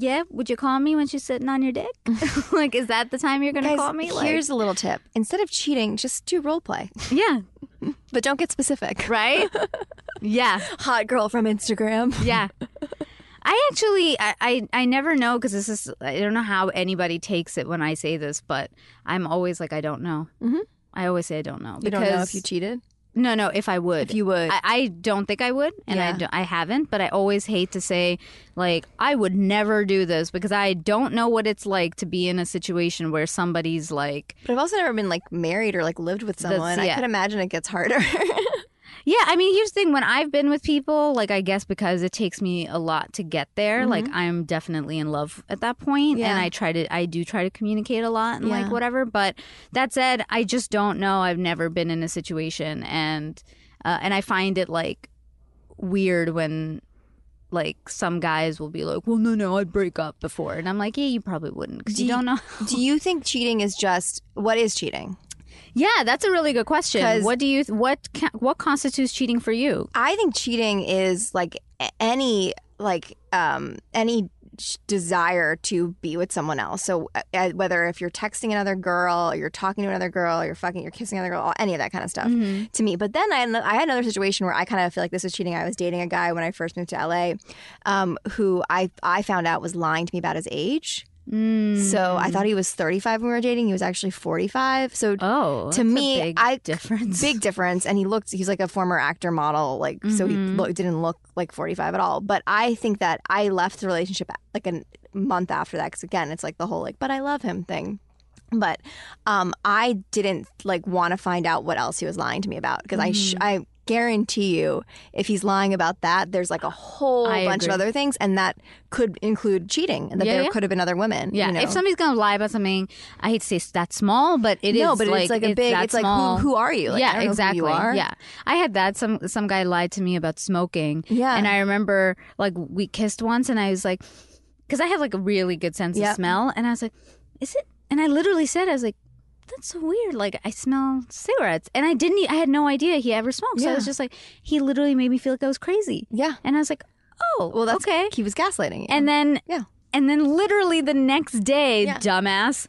yeah, would you call me when she's sitting on your dick? like, is that the time you're gonna
Guys,
call me? Like,
here's a little tip: instead of cheating, just do role play,
yeah,
but don't get specific.
right? yeah,
Hot girl from Instagram.
yeah. I actually, I, I, I never know because this is, I don't know how anybody takes it when I say this, but I'm always like, I don't know.
Mhm.
I always say I don't know.
You don't know if
because-
you cheated.
No, no. If I would,
you would,
I, I don't think I would, and I
Yeah.
don't- I, haven't. But I always hate to say, like, I would never do this because I don't know what it's like to be in a situation where somebody's like,
but I've also never been like married or like lived with
That's-
someone.
yeah.
I could imagine it gets harder.
yeah. I mean, here's the thing: when I've been with people, like, I guess because it takes me a lot to get there, like, I'm definitely in love at that point,
Mm-hmm. Yeah.
and I try to, I do try to communicate a lot and like
Yeah.
whatever. But that said, I just don't know. I've never been in a situation, and uh, and I find it like weird when like some guys will be like, "Well, no, no, I'd break up before," and I'm like, "Yeah, you probably wouldn't because
Do
you
you-
don't know."
do you think cheating is just what is cheating?
yeah, that's a really good question.
'Cause-
What do you what ca- what constitutes cheating for you?
I think cheating is like a- any like um any sh- desire to be with someone else. So uh, uh, whether if you're texting another girl, or you're talking to another girl, you're fucking, you're kissing another girl, all- any of that kind of stuff to me. But then I, had ano- I had another situation where I kind of feel like this was cheating. I was dating a guy when I first moved to LA, um, who I I found out was lying to me about his age.
Mm.
So I thought he was 35 when we were dating. He was actually 45. So
Oh,
to
that's a
me,
big
I-
difference.
big difference and he looked he's like a former actor model like so he
Mhm.
look, didn't look like 45 at all but i think that i left the relationship like a month after that because again it's like the whole like but i love him thing but um i didn't like want to find out what else he was lying to me about because i
Mm-hmm.
sh- i guarantee you if he's lying about that there's like a whole
I
bunch
agree.
of other things and that could include cheating and that
Yeah,
there
yeah.
could have been other women
Yeah,
you know?
if somebody's gonna lie about something, I hate to say it's that small, but it is
no, but
like,
it's like a big.
that
It's like
small.
who, who are you? Like, I
yeah,
don't know who
exactly.
you are.
Yeah, I had that. Some some guy lied to me about smoking.
Yeah.
and I remember like we kissed once, and I was like, because I have like a really good sense of
Yep.
smell, and I was like, is it? And I literally said, I was like, that's so weird. Like I smell cigarettes, and I didn't. e- I had no idea he ever smoked. So I was
Yeah.
just like, he literally made me feel like I was crazy,
yeah.
and I was like, oh,
Well, that's
okay.
He was gaslighting you.
And then
Yeah.
and then literally the next day,
Yeah.
dumbass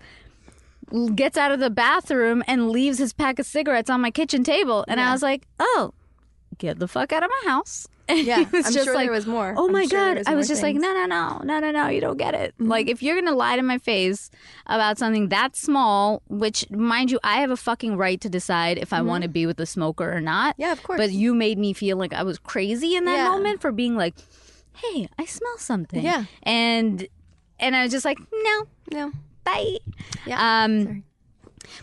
l- gets out of the bathroom and leaves his pack of cigarettes on my kitchen table, and I
Yeah.
was like, "Oh, get the fuck out of my house!" And
yeah,
he was
I'm
just
sure
like,
there was more.
"Oh
I'm
my
sure there
god!"
was
I
more
was just like,
things. Mm-hmm.
"No, no, no, no, no, no! You don't get it. Like, if you're gonna lie to my face about something that small, which, mind you, I have a fucking right to decide if I want to be with a smoker or not.
Mm-hmm. Yeah, of course.
But you made me feel like I was crazy in that
Yeah.
moment for being like, "Hey, I smell something."
Yeah.
and and I was just like, "No,
no,
bye."
Yeah,
Um,
sorry.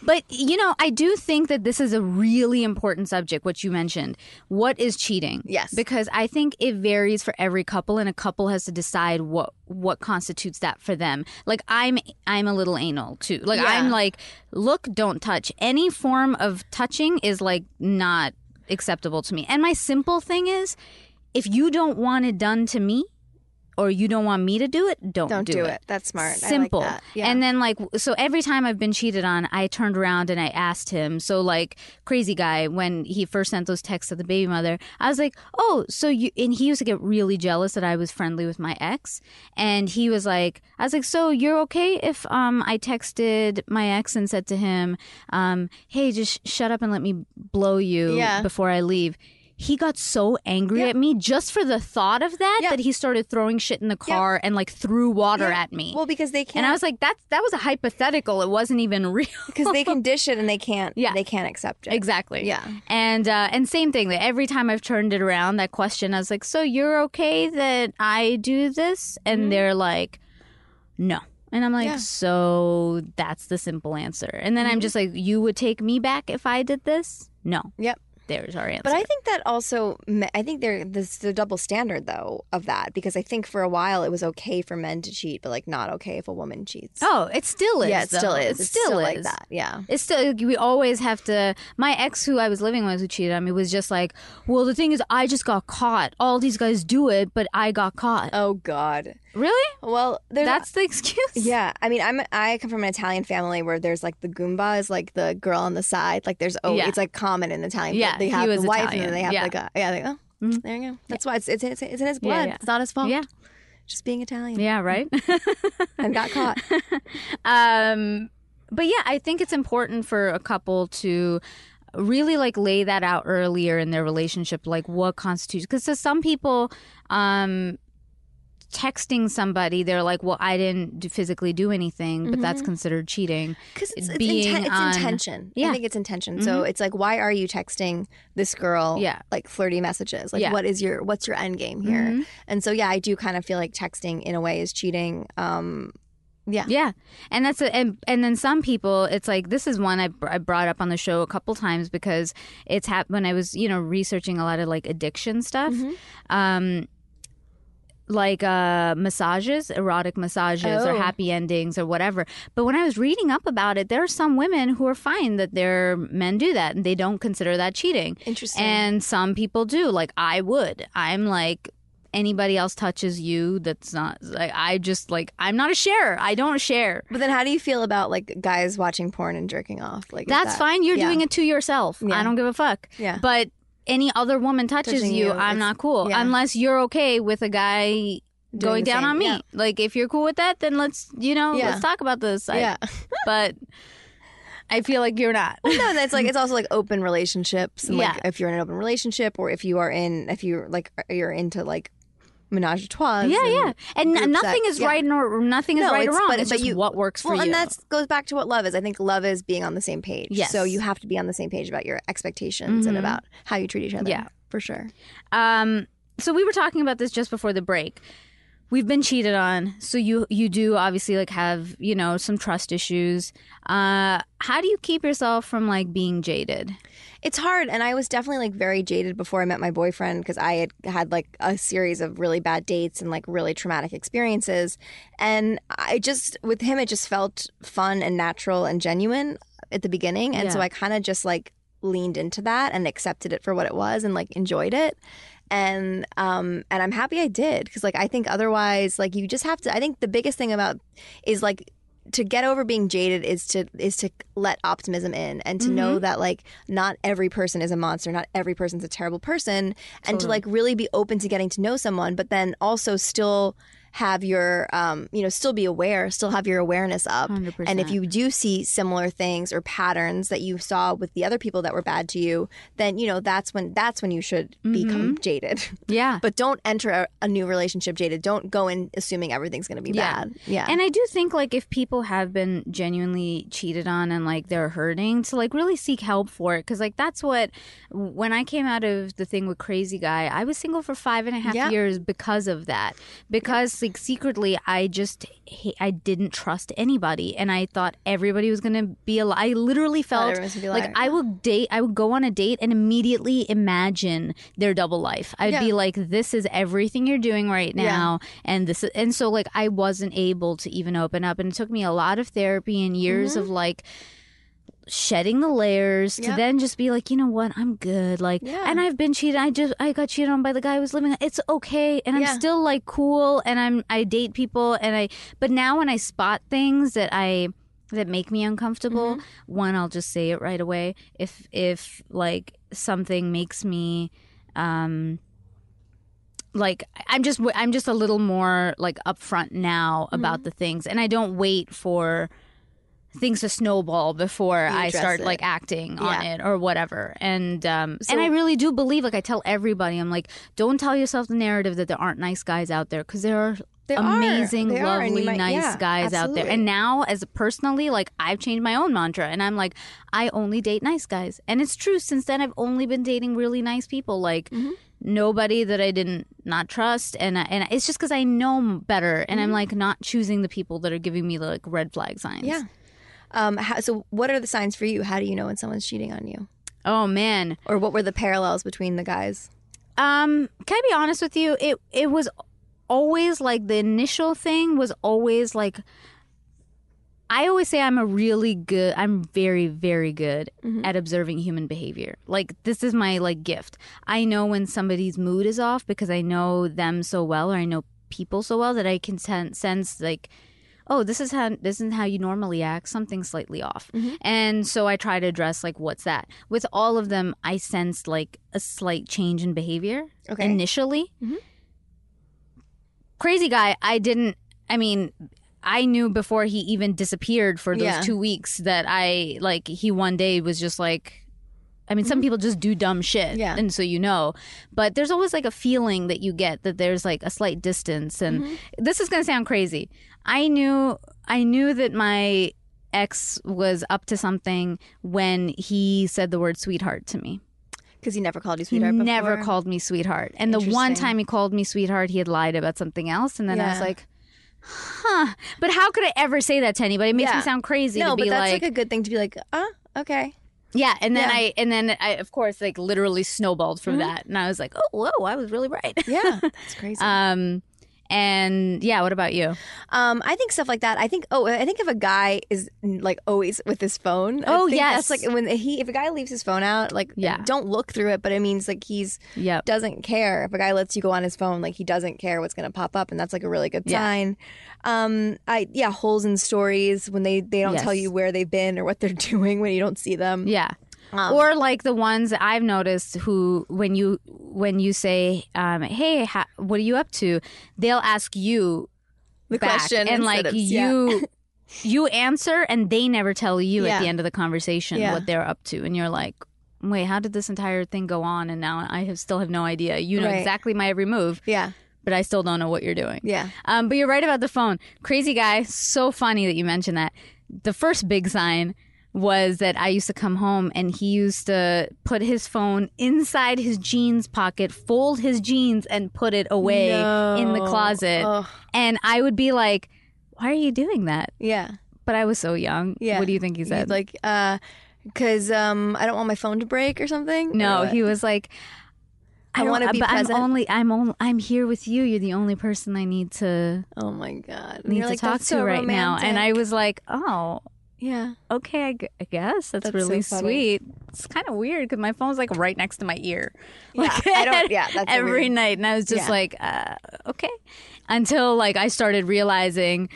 But you know, I do think that this is a really important subject. What you mentioned, what is cheating?
Yes.
because I think it varies for every couple, and a couple has to decide what what constitutes that for them. Like I'm, I'm a little anal too. Like
Yeah.
I'm like, look, don't touch. Any form of touching is like not acceptable to me. And my simple thing is, if you don't want it done to me, or you don't want me to do it, don't,
don't do,
do
it. That's smart.
simple
I like that. Yeah.
and then like so every time i've been cheated on i turned around and i asked him so like crazy guy when he first sent those texts to the baby mother i was like oh so you and he used to get really jealous that i was friendly with my ex and he was like i was like so you're okay if um i texted my ex and said to him um hey just shut up and let me blow you
Yeah.
before i leave he got so angry at me just for the thought of that
Yeah.
that he started throwing shit in the car and like threw water
Yeah.
at me.
well, because they can't.
And I was like, that's that was a hypothetical. It wasn't even real.
because they condition and they can't.
Yeah.
they can't accept it.
Exactly.
Yeah.
And uh, and same thing. That every time I've turned it around, that question, I was like, so you're okay that I do this? And they're like, no. And I'm like,
Mm-hmm. Yeah. Mm-hmm.
so that's the simple answer. And then I'm just like, you would take me back if I did this? No.
Yep.
There's our answer.
But I think that also, me- I think there, there's the double standard though of that because I think for a while it was okay for men to cheat, but like not okay if a woman cheats.
oh, it still is.
yeah, it still
though.
is.
It
It's
still, is.
like that. Yeah.
It's still we always have to. My ex, who I was living with, who cheated on me, was just like, "Well, the thing is, I just got caught. All these guys do it, but I got caught."
Oh God.
Uh, really?
Well, there's
That's the excuse.
Yeah, I mean, I'm I come from an Italian family where there's like the Goomba is like the girl on the side. Like there's oh,
Yeah.
it's like common in Italian.
Yeah,
they
he
have
was
the wife
Italian.
and then they have
Yeah. Mm-hmm.
the guy. Yeah, they go. Oh, There you go. That's why it's, it's it's it's in his
Yeah,
blood.
yeah.
It's not his fault.
Yeah.
just being Italian.
Yeah. Right.
and got caught.
um, but yeah, I think it's important for a couple to really like lay that out earlier in their relationship, like what constitutes. Because to some people, um, texting somebody, they're like, "Well, I didn't do, physically do anything," but that's considered cheating.
Because it's, it's,
Being
inten-
on-
it's intention.
Yeah. Mm-hmm.
I think it's intention. So it's like, why are you texting this girl?
Yeah.
like flirty messages. Like,
Yeah. Mm-hmm.
what is your what's your end game here? And so, yeah, I do kind of feel like texting in a way is cheating. Um,
Yeah, and that's a, and and then some people, it's like this is one I, br- I brought up on the show a couple times because it's hap- when I was you know researching a lot of like addiction stuff, um, like uh, massages, erotic massages, or
Oh.
happy endings, or whatever. But when I was reading up about it, there are some women who are fine that their men do that and they don't consider that cheating.
Interesting.
And some people do. Like I would. I'm like anybody else touches you that's not like I just like I'm not a sharer. I don't share.
But then, how do you feel about like guys watching porn and jerking off? Like is
That's
that-
fine. You're
yeah.
doing it to yourself. I
Yeah.
don't give a fuck.
Yeah.
But any other woman touches
Touching
you,
you,
I'm
it's-
not cool.
yeah.
Unless you're okay with a guy going
the
down
same,
on me.
yeah.
Like if you're cool with that, then let's you know,
Yeah.
let's talk about this. I-
Yeah.
but I feel like you're not.
no, and it's like it's also like open relationships. And,
Yeah.
Like if you're in an open relationship, or if you are in, if you're like you're into like menage a trois.
Yeah,
and
yeah, and
group
n- nothing
sex,
is
yeah.
right nor nothing is
No,
right or
it's-
wrong.
but-
it's
but
just
you-
what works for
well,
you.
and that goes back to what love is. I think love is being on the same page.
Yes.
So you have to be on the same page about your expectations and about how you treat each other.
Yeah.
Mm-hmm. for sure.
Um, so we were talking about this just before the break. We've been cheated on, so you you do obviously like have you know some trust issues. Uh, how do you keep yourself from like being jaded?
It's hard, and I was definitely like very jaded before I met my boyfriend because I had had like a series of really bad dates and like really traumatic experiences, and I just with him it just felt fun and natural and genuine at the beginning, and so
Yeah.
I kind of just like leaned into that and accepted it for what it was and like enjoyed it and um and i'm happy i did because like i think otherwise like you just have to i think the biggest thing about is like to get over being jaded is to is to let optimism in and to know that like not every person is a monster not every person's a terrible person and to like really be open to getting to know someone but then also still have your um you know still be aware still have your awareness up and if
100%.
you do see similar things or patterns that you saw with the other people that were bad to you then you know that's when that's when you should
Mm-hmm.
become jaded
Yeah,
but don't enter a, a new relationship jaded don't go in assuming everything's going to be
Yeah.
bad yeah
And I do think like if people have been genuinely cheated on and like they're hurting to like really seek help for it because like that's what when I came out of the thing with Crazy Guy, I was single for five and a half
Yeah.
years because of that. Because like secretly, I just ha- I didn't trust anybody, and I thought everybody was gonna be a li- I literally felt
everyone was gonna be a
like
liar.
I will date, I would go on a date and immediately imagine their double life. I'd
Yeah.
be like, this is everything you're doing right now
Yeah.
now and this and so like i wasn't able to even open up and it took me a lot of therapy and years
Mm-hmm.
of like shedding the layers to
Yeah.
then just be like you know what i'm good like
Yeah.
and i've been cheated i just i got cheated on by the guy i was living with. it's okay and i'm
Yeah.
still like cool and i'm i date people and i but now when i spot things that i that make me uncomfortable
Mm-hmm.
one i'll just say it right away if if like something makes me um like i'm just i'm just a little more like upfront now
Mm-hmm.
about the things and i don't wait for things to snowball before i
address
start
it.
like acting on
Yeah.
it or whatever and um and i really do believe like i tell everybody i'm like don't tell yourself the narrative that there aren't nice guys out there because there are
There are.
amazing
There are, and
lovely
you might-
nice
yeah,
guys out there
absolutely.
and now as personally like i've changed my own mantra and i'm like i only date nice guys and it's true since then i've only been dating really nice people like nobody that I didn't not trust, and I, and it's just because I know m- better, and I'm like not choosing the people that are giving me the like red flag signs.
Yeah. Um, how, so, what are the signs for you? How do you know when someone's cheating on you?
Oh man.
Or what were the parallels between the guys?
Um, can I be honest with you? It it was always like the initial thing was always like I always say I'm a really good I'm very very good at observing human behavior. Like this is my like gift. I know when somebody's mood is off because I know them so well or I know people so well that I can sen- sense like oh this is how this is how you normally act something slightly off and so i try to address like what's that with all of them i sensed like a slight change in behavior
Okay.
initially crazy guy i didn't i mean i knew before he even disappeared for those
Yeah.
two weeks that i like he one day was just like I mean, some people just do dumb shit,
Mm-hmm. Yeah.
and so you know. But there's always like a feeling that you get that there's like a slight distance, and
Mm-hmm.
this is gonna sound crazy. I knew, I knew that my ex was up to something when he said the word sweetheart to me.
Because he never called you
He
sweetheart before.
never called me sweetheart, and the one
Interesting.
time he called me sweetheart, he had lied about something else, and then I was
Yeah.
like, "Huh?" But how could I ever say that to anybody? It makes
Yeah.
me sound crazy. to
No,
be
but that's like, a good thing to be like, uh, okay.
yeah, and then
Yeah. Mm-hmm.
I and then I of course like literally snowballed from that, and I was like, oh whoa, I was really right.
Yeah, that's crazy.
um, and yeah, what about you?
Um, I think stuff like that. I think. Oh, I think if a guy is like always with his phone. I
Oh,
think
yes.
That's like when he if a guy leaves his phone out, like
Yeah.
don't look through it. But it means like he's
Yep.
doesn't care. If a guy lets you go on his phone, like he doesn't care what's going to pop up, and that's like a really good
Yeah.
sign. Um, I yeah, holes in stories when they they don't tell
Yes.
you where they've been or what they're doing when you don't see them.
Yeah.
Um,
or like the ones that I've noticed who when you when you say um, hey ha- what are you up to they'll ask you
The
back
question
and
instead
like
of- yeah.
you you answer and they never tell you at
Yeah.
the end of the conversation
Yeah.
what they're up to and you're like wait how did this entire thing go on and now I have still have no idea you know
Right.
exactly my every move
Yeah,
but I still don't know what you're doing
yeah.
um, but you're right about the phone. Crazy guy. So funny that you mentioned that. The first big sign was that I used to come home and he used to put his phone inside his jeans pocket, fold his jeans, and put it away in the
No.
closet.
Ugh.
And I would be like, why are you doing that?
Yeah.
But I was so young.
Yeah.
What do you think he
He's
said?
like, uh, cause um, I don't want my phone to break or something.
no,
Or what?
he was like,
I
don't-
wanna be
but
present."
I'm only, I'm only, I'm here with you. You're the only person I need to
Oh my god. And
need
you're
to
like,
talk to
"That's so
right now. And I
romantic."
was like, oh,
yeah.
okay, I, gu- I guess that's,
That's
really
so funny.
sweet. It's kind of weird because my phone's like right next to my ear.
Yeah,
Like,
I don't- yeah, that's so
every
weird.
night, and I was just
Yeah.
like, uh, okay, until like I started realizing.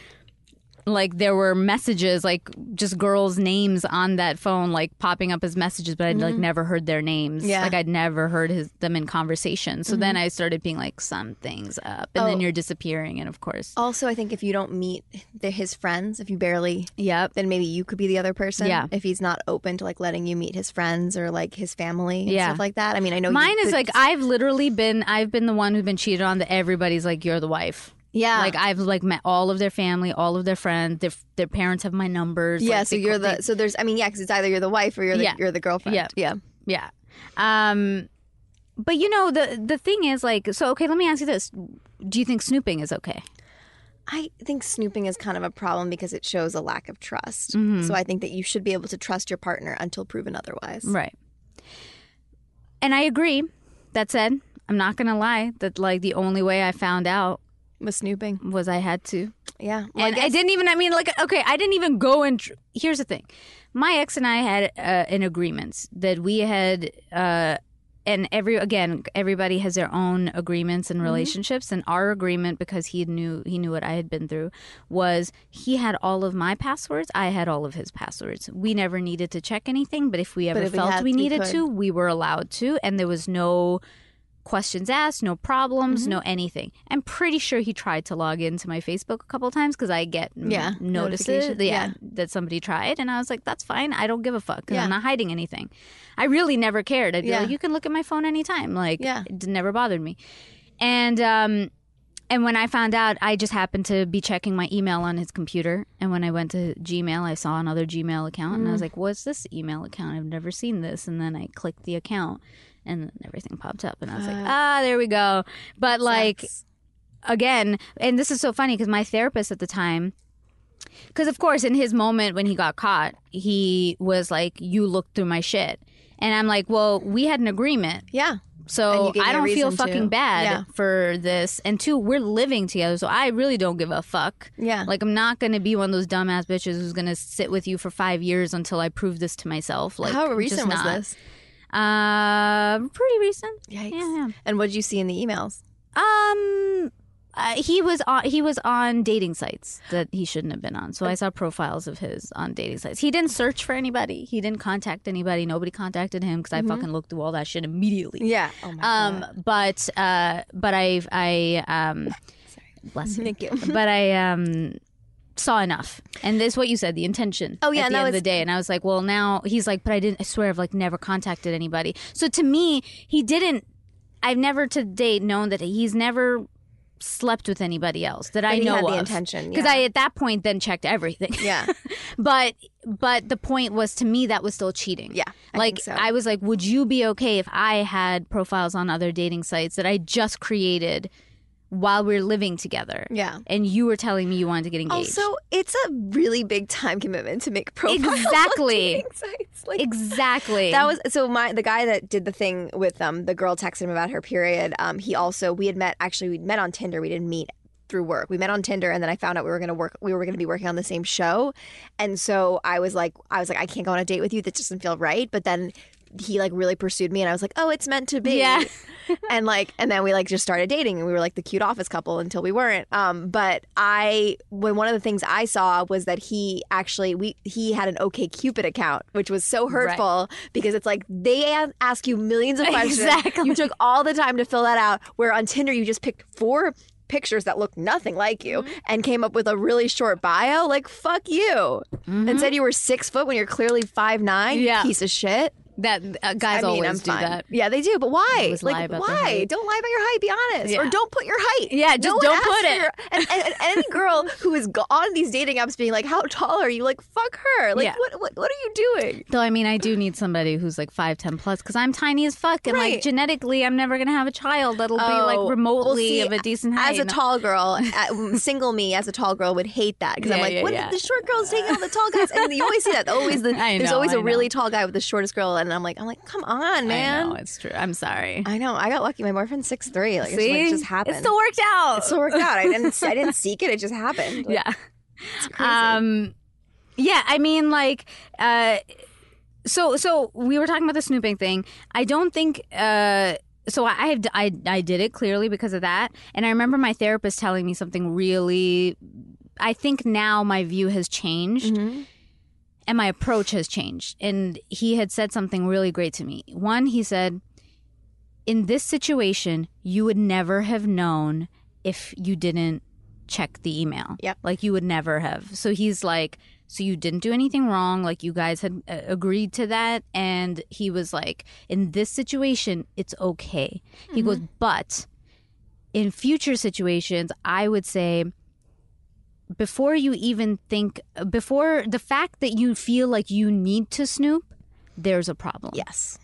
Like there were messages, like just girls' names on that phone, like popping up as messages, but I'd like never heard their names.
Mm-hmm. Yeah. Mm-hmm.
Like I'd never heard his, them in conversation. So then I started being like, something's up, and
Oh.
then you're disappearing, and of course,
Also, I think if you don't meet the, his friends, if you barely,
yep,
then maybe you could be the other person.
Yeah.
If he's not open to like letting you meet his friends or like his family and
Yeah.
stuff like that. I mean, I know you
Mine is
could-
like I've literally been I've been the one who've been cheated on that everybody's like you're the wife.
yeah,
Like I've like met all of their family, all of their friends, their their parents have my numbers.
yeah.
like,
so
they-
you're the so there's I mean yeah, because it's either you're the wife or you're the
Yeah.
you're the girlfriend.
Yeah.
yeah.
they- yeah. Um but you know the the thing is like so okay, let me ask you this. Do you think snooping is okay?
I think snooping is kind of a problem because it shows a lack of trust.
Mm-hmm.
So I think that you should be able to trust your partner until proven otherwise.
Right. And I agree. That said, I'm not going to lie that like the only way I found out
With snooping,
was I had to
yeah. Well,
and I, didn't even. I mean, like, okay, I didn't even go and. Tr- Here's the thing, my ex and I had uh, an agreement that we had, uh, and every again, everybody has their own agreements
Mm-hmm.
and relationships, and our agreement because he knew he knew what I had been through was he had all of my passwords, I had all of his passwords. We never needed to check anything, but if we ever
if we
felt
had-
we
we
needed
could.
to, we were allowed to, and there was no questions asked, no problems,
Mm-hmm.
no anything. I'm pretty sure he tried to log into my Facebook a couple times because I get mm,
Yeah,
notices
notification.
yeah,
Yeah.
that somebody tried. And I was like, that's fine. I don't give a fuck 'cause
Yeah.
I'm not hiding anything. I really never cared. I'd be
Yeah.
like, you can look at my phone anytime. Like,
Yeah.
it never bothered me. And, um, and when I found out, I just happened to be checking my email on his computer. And when I went to Gmail, I saw another Gmail account. And I was like, what's this email account? I've never seen this. And then I clicked the account and everything popped up, and I was like, ah, there we go. But like again, and this is so funny because my therapist at the time, because of course in his moment when he got caught, he was like, "You looked through my shit," and I'm like, "Well, we had an agreement."
yeah. And
So
you gave me
I
a
don't feel
reason
fucking
to.
bad
Yeah.
for this. And two, we're living together, so I really don't give a fuck.
Yeah.
Like I'm not gonna be one of those dumbass bitches who's gonna sit with you for five years until I prove this to myself. Like
How
I'm
recent
just
was
not.
this?
Uh, pretty recent.
Yikes.
Yeah, yeah.
And what did you see in the emails?
Um, uh, he was on he was on dating sites that he shouldn't have been on. So I saw profiles of his on dating sites. He didn't search for anybody. He didn't contact anybody. Nobody contacted him
Mm-hmm.
because I fucking looked through all that shit immediately.
Yeah. Oh my
Um, but uh, but I I um, bless you.
Thank you.
but I um saw enough, and this is what you said, the intention.
Oh, yeah,
at
and
the
that
end of the
was-
day, and I was like, well, now he's like, but I didn't. I swear, I've like never contacted anybody. So to me, he didn't. I've never to date known that he's never slept with anybody else that I
he
know
had
of.
the intention,
because
yeah.
I at that point then checked everything.
Yeah.
but but the point was to me that was still cheating.
Yeah, I
like
think so.
I was like, would you be okay if I had profiles on other dating sites that I just created while we are living together?
Yeah.
and you were telling me you wanted to get engaged.
Also, it's a really big time commitment to make profiles. on
Exactly.
dating sites. Like,
exactly.
That was so my the guy that did the thing with um the girl texted him about her period. Um he also we had met actually we'd met on Tinder. We didn't meet through work. We met on Tinder and then I found out we were going to work we were going to be working on the same show. And so I was like I was like I can't go on a date with you. That just doesn't feel right. But then he like really pursued me and I was like, "Oh, it's meant to be."
Yeah.
and like and then we like just started dating and we were like the cute office couple until we weren't um but i when one of the things i saw was that he actually we he had an okay cupid account which was so hurtful because it's like they a- ask you millions of questions
Exactly.
you took all the time to fill that out where on tinder you just picked four pictures that looked nothing like you
Mm-hmm.
and came up with a really short bio like fuck you and said you were six foot when you're clearly five nine
Mm-hmm. Yeah.
you piece of shit
that uh, guys always do
fine.
that.
Yeah, they do. But why?
Always lie
Like,
about their
why?
height.
Don't lie about your height. Be honest,
Yeah.
or don't put your height.
Yeah, just
one
don't
asks
put
for
it.
your- and, and, and any girl who is go- on these dating apps being like, "How tall are you?" Like, fuck her. Like,
Yeah.
what, what? What are you doing?
Though I mean, I do need somebody who's like five ten plus because I'm tiny as fuck, and like
Right.
genetically, I'm never gonna have a child that'll
Oh,
be
well,
like remotely
see,
of a decent height.
As a
And-
tall girl, uh, single me as a tall girl would hate that because I'm
Yeah,
like,
yeah,
what?
yeah.
The short girl's taking all the tall guys, and you always see that. Always the
I
there's
know,
always
I
a
know.
really tall guy with the shortest girl, and I'm like, I'm like, come on, man.
I know it's true. I'm sorry.
I know. I got lucky. My boyfriend's six three. Like, it's, like,
See,
just happened.
It still worked out.
It still worked out. I didn't. I didn't seek it. It just happened. Like,
yeah.
It's crazy.
Um, yeah, I mean, like, uh, so so we were talking about the snooping thing. I don't think. Uh, so I I, have, I I did it clearly because of that, and I remember my therapist telling me something really. I think now my view has changed
Mm-hmm.
and my approach has changed. And he had said something really great to me. One, he said, In this situation, you would never have known if you didn't check the email.
Yep.
Like you would never have. So he's like, So you didn't do anything wrong. Like you guys had uh, agreed to that. And he was like, In this situation, it's okay. He goes, But in future situations, I would say, before you even think before the fact that you feel like you need to snoop there's a problem
Yes.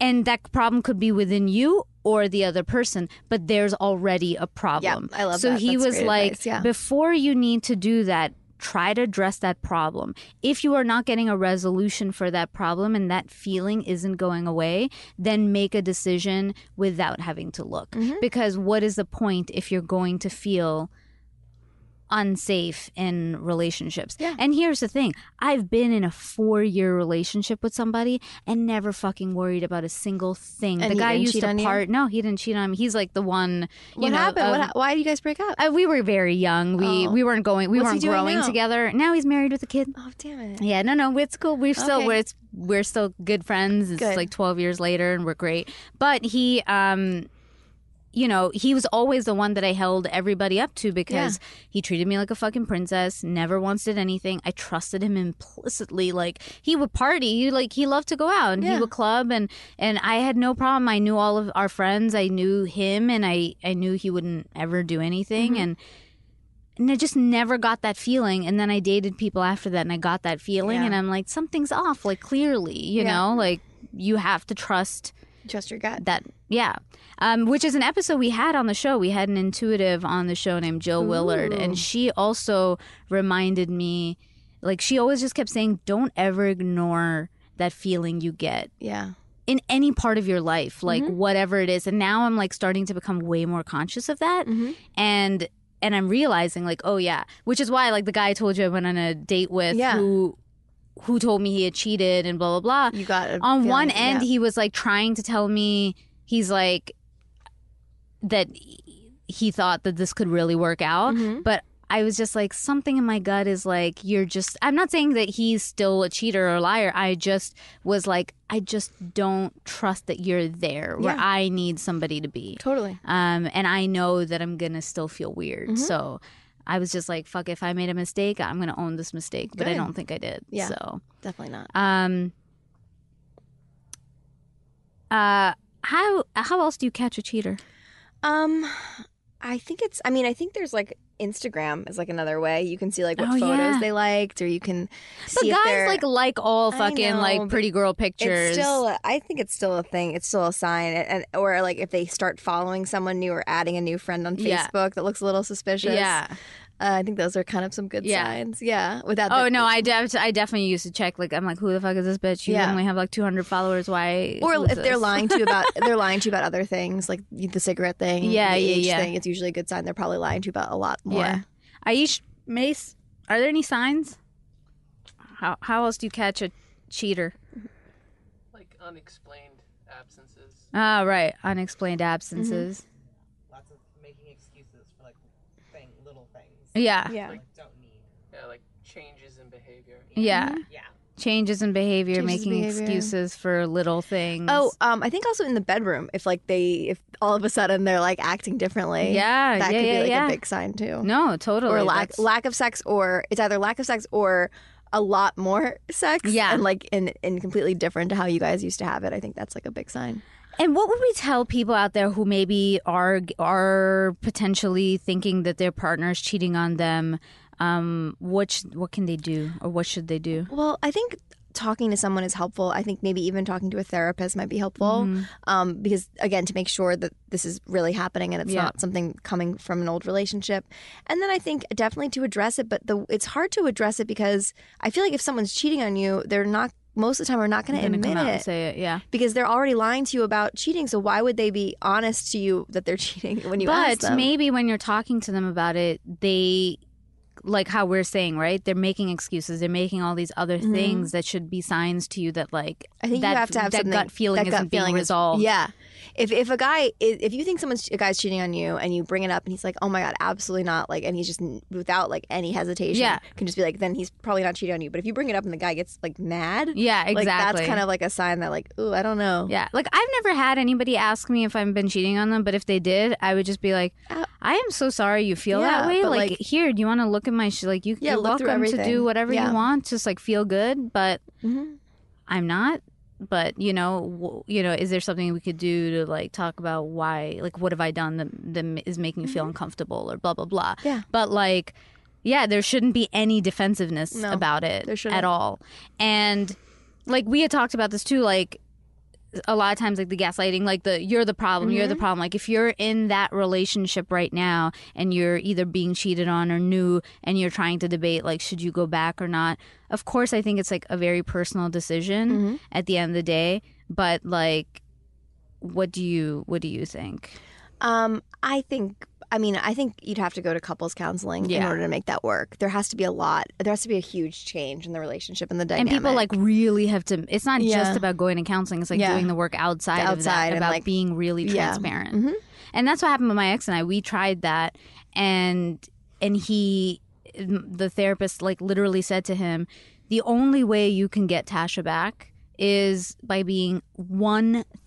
and that problem could be within you or the other person but there's already a problem
I love
so
that.
he
That's
was
great
like
advice. Yeah.
before you need to do that try to address that problem if you are not getting a resolution for that problem and that feeling isn't going away then make a decision without having to look
Mm-hmm.
because what is the point if you're going to feel unsafe in relationships. And here's the thing I've been in a four year relationship with somebody and never fucking worried about a single thing.
And
the
he
guy
didn't
used
cheat
to
on you?
part. No, he didn't cheat on me. He's like the one. You
What
know, um,
happened?
of-
what, ha- why did you guys break up?
uh, we were very young. We
Oh.
we weren't going. We
What's he
weren't
doing
growing
now?
together. Now he's married with a kid.
oh damn it!
Yeah, no, no, it's cool. We're still
Okay.
we're it's, we're still good friends. It's
Good.
like twelve years later, and we're great. But he, um, you know, he was always the one that I held everybody up to because he treated me like a fucking princess. Never once did anything. I trusted him implicitly. Like he would party, he, like he loved to go out and he would club, and and I had no problem. I knew all of our friends. I knew him, and I I knew he wouldn't ever do anything,
Mm-hmm.
and and I just never got that feeling. And then I dated people after that, and I got that feeling,
Yeah.
and I'm like, something's off. Like clearly, you
Yeah.
know, like you have to trust
Trust your gut.
that yeah um, which is an episode we had on the show we had an intuitive on the show named jill willard and she also reminded me like she always just kept saying don't ever ignore that feeling you get
Yeah.
in any part of your life like whatever it is and now i'm like starting to become way more conscious of that and and i'm realizing like oh yeah which is why like the guy i told you i went on a date with
Yeah.
who who told me he had cheated and blah blah blah
You got a
on
feeling-
one end
yeah.
he was like trying to tell me he's like that he thought that this could really work out
Mm-hmm.
but i was just like something in my gut is like you're just i'm not saying that he's still a cheater or a liar i just was like i just don't trust that you're there where
Yeah.
i need somebody to be
totally.
um, and I know that I'm gonna still feel weird.
Mm-hmm.
So I was just like, "Fuck! If I made a mistake, I'm gonna own this mistake." But I
Good.
don't think I did.
Yeah.
So,
Definitely not.
um, uh, how how else do you catch a cheater?
Um, I think it's. I mean, I think there's like Instagram is like another way you can see like what
Oh,
photos
yeah.
they liked, or you can
But
see if
guys
they're.
like like all
I
fucking
know,
like
but
pretty girl pictures.
it's still. I think it's still a thing. It's still a sign, and, and or like if they start following someone new or adding a new friend on Facebook
Yeah.
that looks a little suspicious.
yeah.
uh, I think those are kind of some good
Yeah.
signs. Yeah, without.
Oh
the-
no, I def- I definitely used to check. Like I'm like, who the fuck is this bitch? You
Yeah.
only have like 200 followers. Why?
Or
who's
if they're
this?
lying to you about they're lying to you about other things like the cigarette thing,
Yeah,
the
yeah,
age
yeah.
thing. It's usually a good sign they're probably lying to you about a lot more.
Yeah. Aish, Mace, are there any signs? How how else do you catch a cheater?
like unexplained absences.
Ah, right, unexplained
Mm-hmm.
absences.
lots of making excuses for like thing, little things
Yeah, yeah,
yeah.
like don't need.
Yeah, like changes in behavior.
Yeah.
Mm-hmm. Changes in behavior,
Changes in
making
behavior.
excuses for little things.
Oh, um, I think also in the bedroom, if like they, if all of a sudden they're like acting differently,
Yeah,
that
yeah,
could
yeah,
be like
yeah.
a big sign too.
no, totally.
or lack
that's-
lack of sex, or it's either lack of sex or a lot more sex,
Yeah.
and like and and completely different to how you guys used to have it. I think that's like a big sign.
And what would we tell people out there who maybe are are potentially thinking that their partner is cheating on them? Um, what sh- what can they do, or what should they do?
Well, I think talking to someone is helpful. I think maybe even talking to a therapist might be helpful
Mm-hmm.
um, because, again, to make sure that this is really happening and it's
Yeah.
not something coming from an old relationship. And then I think definitely to address it, but the, it's hard to address it because I feel like if someone's cheating on you, they're not. Most of the time, are not going to
Gonna
admit
come out and
it
say it, yeah.
because they're already lying to you about cheating. So why would they be honest to you that they're cheating when you
but
ask them?
maybe when you're talking to them about it they like how we're saying right they're making excuses they're making all these other things that should be signs to Mm-hmm. you that like
I think
that,
you have to have
that
something-
gut feeling
that
isn't
gut
being
feeling is-
resolved
yeah, if if a guy i- if you think someone's a guy's cheating on you and you bring it up and he's like, oh my god, absolutely not, like, and he's just n- without like any hesitation,
Yeah.
can just be like, then he's probably not cheating on you. But if you bring it up and the guy gets like mad,
yeah exactly
like that's kind of like a sign that like, ooh, I don't know,
yeah like i've never had anybody ask me if i've been cheating on them but if they did i would just be like
Uh,
i am so sorry you feel
yeah,
that way
but,
like,
like-
here do you want to look at my sh-? like you,
Yeah,
you're
look through
welcome to do
everything.
whatever
Yeah.
you want just like feel good but
Mhm.
I'm not, but you know, w- you know, is there something we could do to like talk about why, like, what have I done that, that ma- is making you feel uncomfortable or blah blah blah?
Mm-hmm. Yeah.
But like, yeah, there shouldn't be any defensiveness
No,
about it
there shouldn't.
at all. And like we had talked about this too, like a lot of times like the gaslighting like the you're the problem you're
Mm-hmm.
the problem like if you're in that relationship right now and you're either being cheated on or new and you're trying to debate like should you go back or not of course i think it's like a very personal decision
Mm-hmm.
at the end of the day but like what do you what do you think
Um, I think. I mean, I think you'd have to go to couples counseling in
Yeah.
order to make that work. There has to be a lot. There has to be a huge change in the relationship and the
and
dynamic.
people like really have to it's not just
Yeah.
about going to counseling it's like
Yeah.
doing the work outside, of
Outside
that
and,
about
like-
being really
Yeah. Mm-hmm.
transparent and that's what happened with my ex and i we tried that and and he the therapist like literally said to him the only way you can get tasha back is by being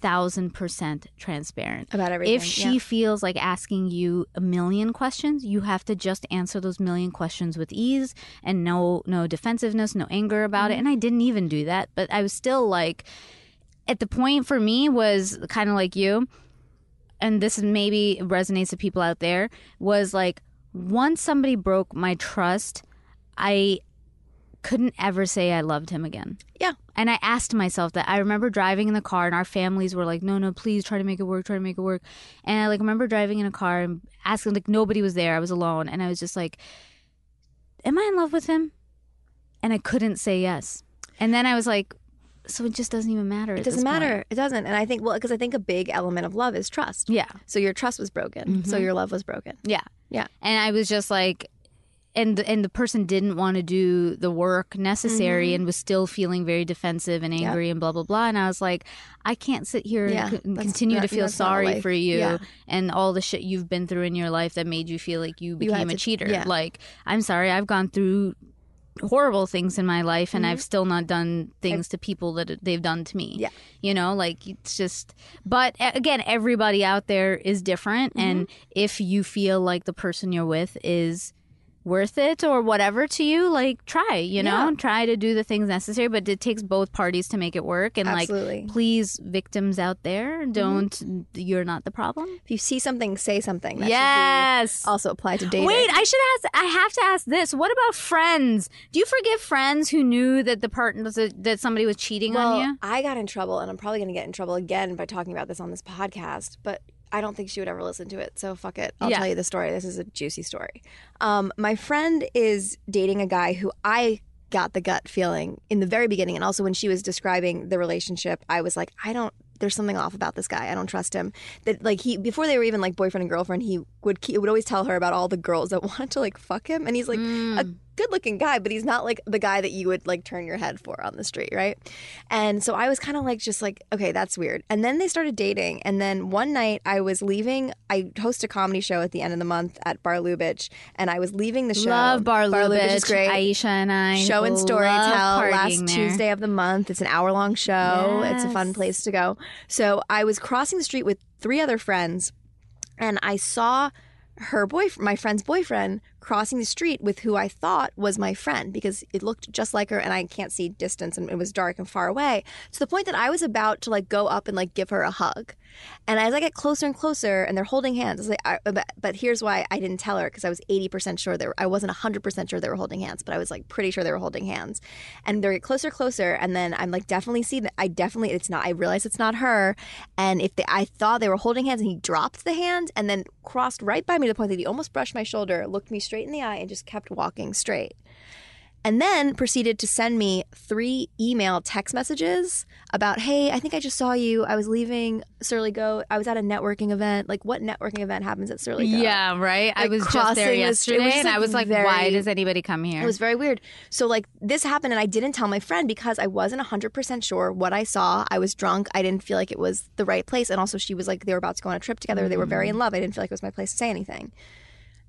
1000% transparent
about everything.
if she
yeah.
feels like asking you a million questions, you have to just answer those million questions with ease and no no defensiveness, no anger about
Mm-hmm.
it. And I didn't even do that, but I was still like at the point for me was kind of like you and this maybe resonates with people out there was like once somebody broke my trust, I couldn't ever say I loved him again.
Yeah.
And I asked myself that. I remember driving in the car, and our families were like, "No, no, please try to make it work, try to make it work." And I like remember driving in a car and asking, like, nobody was there. I was alone, and I was just like, "Am I in love with him?" And I couldn't say yes. And then I was like, "So it just doesn't even matter.
It doesn't matter. It doesn't. And I think, well, because I think a big element of love is trust.
Yeah.
So your trust was broken. So
Mm-hmm.
your love was broken.
Yeah.
Yeah.
And I was just like and the, and the person didn't want to do the work necessary
Mm-hmm.
and was still feeling very defensive and angry and blah blah blah and I was like I can't sit here
Yeah,
and, co- and
that's
continue
not-
to feel
that's not a
sorry
life.
for you
Yeah.
and all the shit you've been through in your life that made you feel like you
You had
became a
to-
cheater
yeah.
like I'm sorry I've gone through horrible things in my life and I've still not done things to people that they've done to me
Mm-hmm. Yeah.
you know like it's just but a- again everybody out there is different
Mm-hmm.
and if you feel like the person you're with is worth it or whatever to you like try you know try to do the things necessary but it takes both parties to make it work and
Absolutely. Mm-hmm.
like please victims out there don't you're not the problem
If you see something, say something. That should be
yes
Also apply to dating.
Wait, I should ask. I have to ask this. What about friends? Do you forgive friends who knew that the partner that somebody was cheating
well,
on you?
I got in trouble, and I'm probably going to get in trouble again by talking about this on this podcast, but I don't think she would ever listen to it. So fuck it. I'll
Yeah.
tell you the story. This is a juicy story. Um, my friend is dating a guy who I got the gut feeling in the very beginning. And also when she was describing the relationship, I was like, I don't. There's something off about this guy. I don't trust him. That like he before they were even like boyfriend and girlfriend, he would he would always tell her about all the girls that wanted to like fuck him, and he's like
Mm.
a good looking guy, but he's not like the guy that you would like turn your head for on the street, right? And so I was kind of like, just like, okay, that's weird. And then they started dating. And then one night I was leaving, I host a comedy show at the end of the month at Bar Lubitsch, and I was leaving the show.
Love Bar
Lubitsch is great.
Aisha and I
Show and
love
Storytell
partying
last
there.
Tuesday of the month. It's an hour long show. It's a fun
Yes.
place to go. So I was crossing the street with three other friends, and I saw her boyfriend, my friend's boyfriend, crossing the street with who I thought was my friend because it looked just like her, and I can't see distance, and it was dark and far away. To the point that I was about to like go up and like give her a hug, and as I get closer and closer, and they're holding hands, I was like, I, but, but here's why I didn't tell her because I was 80% sure they were, I wasn't 100% sure they were holding hands, but I was like pretty sure they were holding hands. And they're closer, closer, and then I'm like definitely see that I definitely, it's not, I realize it's not her. And if they, I thought they were holding hands and he dropped the hand and then crossed right by me to the point that he almost brushed my shoulder, looked me straight in the eye, and just kept walking straight and then proceeded to send me three email text messages about, hey, I think I just saw you. I was leaving Surly Go. I was at a networking event. Like, what networking event happens at Surly Go?
Yeah, right. I
Oh Like,
was just
crossing
there
the street- it
yesterday,
was just,
and I
like,
was like,
very-
"Why does anybody come here?"
It was very weird. So, like, this happened, and I didn't tell my friend because I wasn't 100% sure what I saw. I was drunk. I didn't feel like it was the right place. And also, she was like, they were about to go on a trip together. They were
Mm.
very in love. I didn't feel like it was my place to say anything.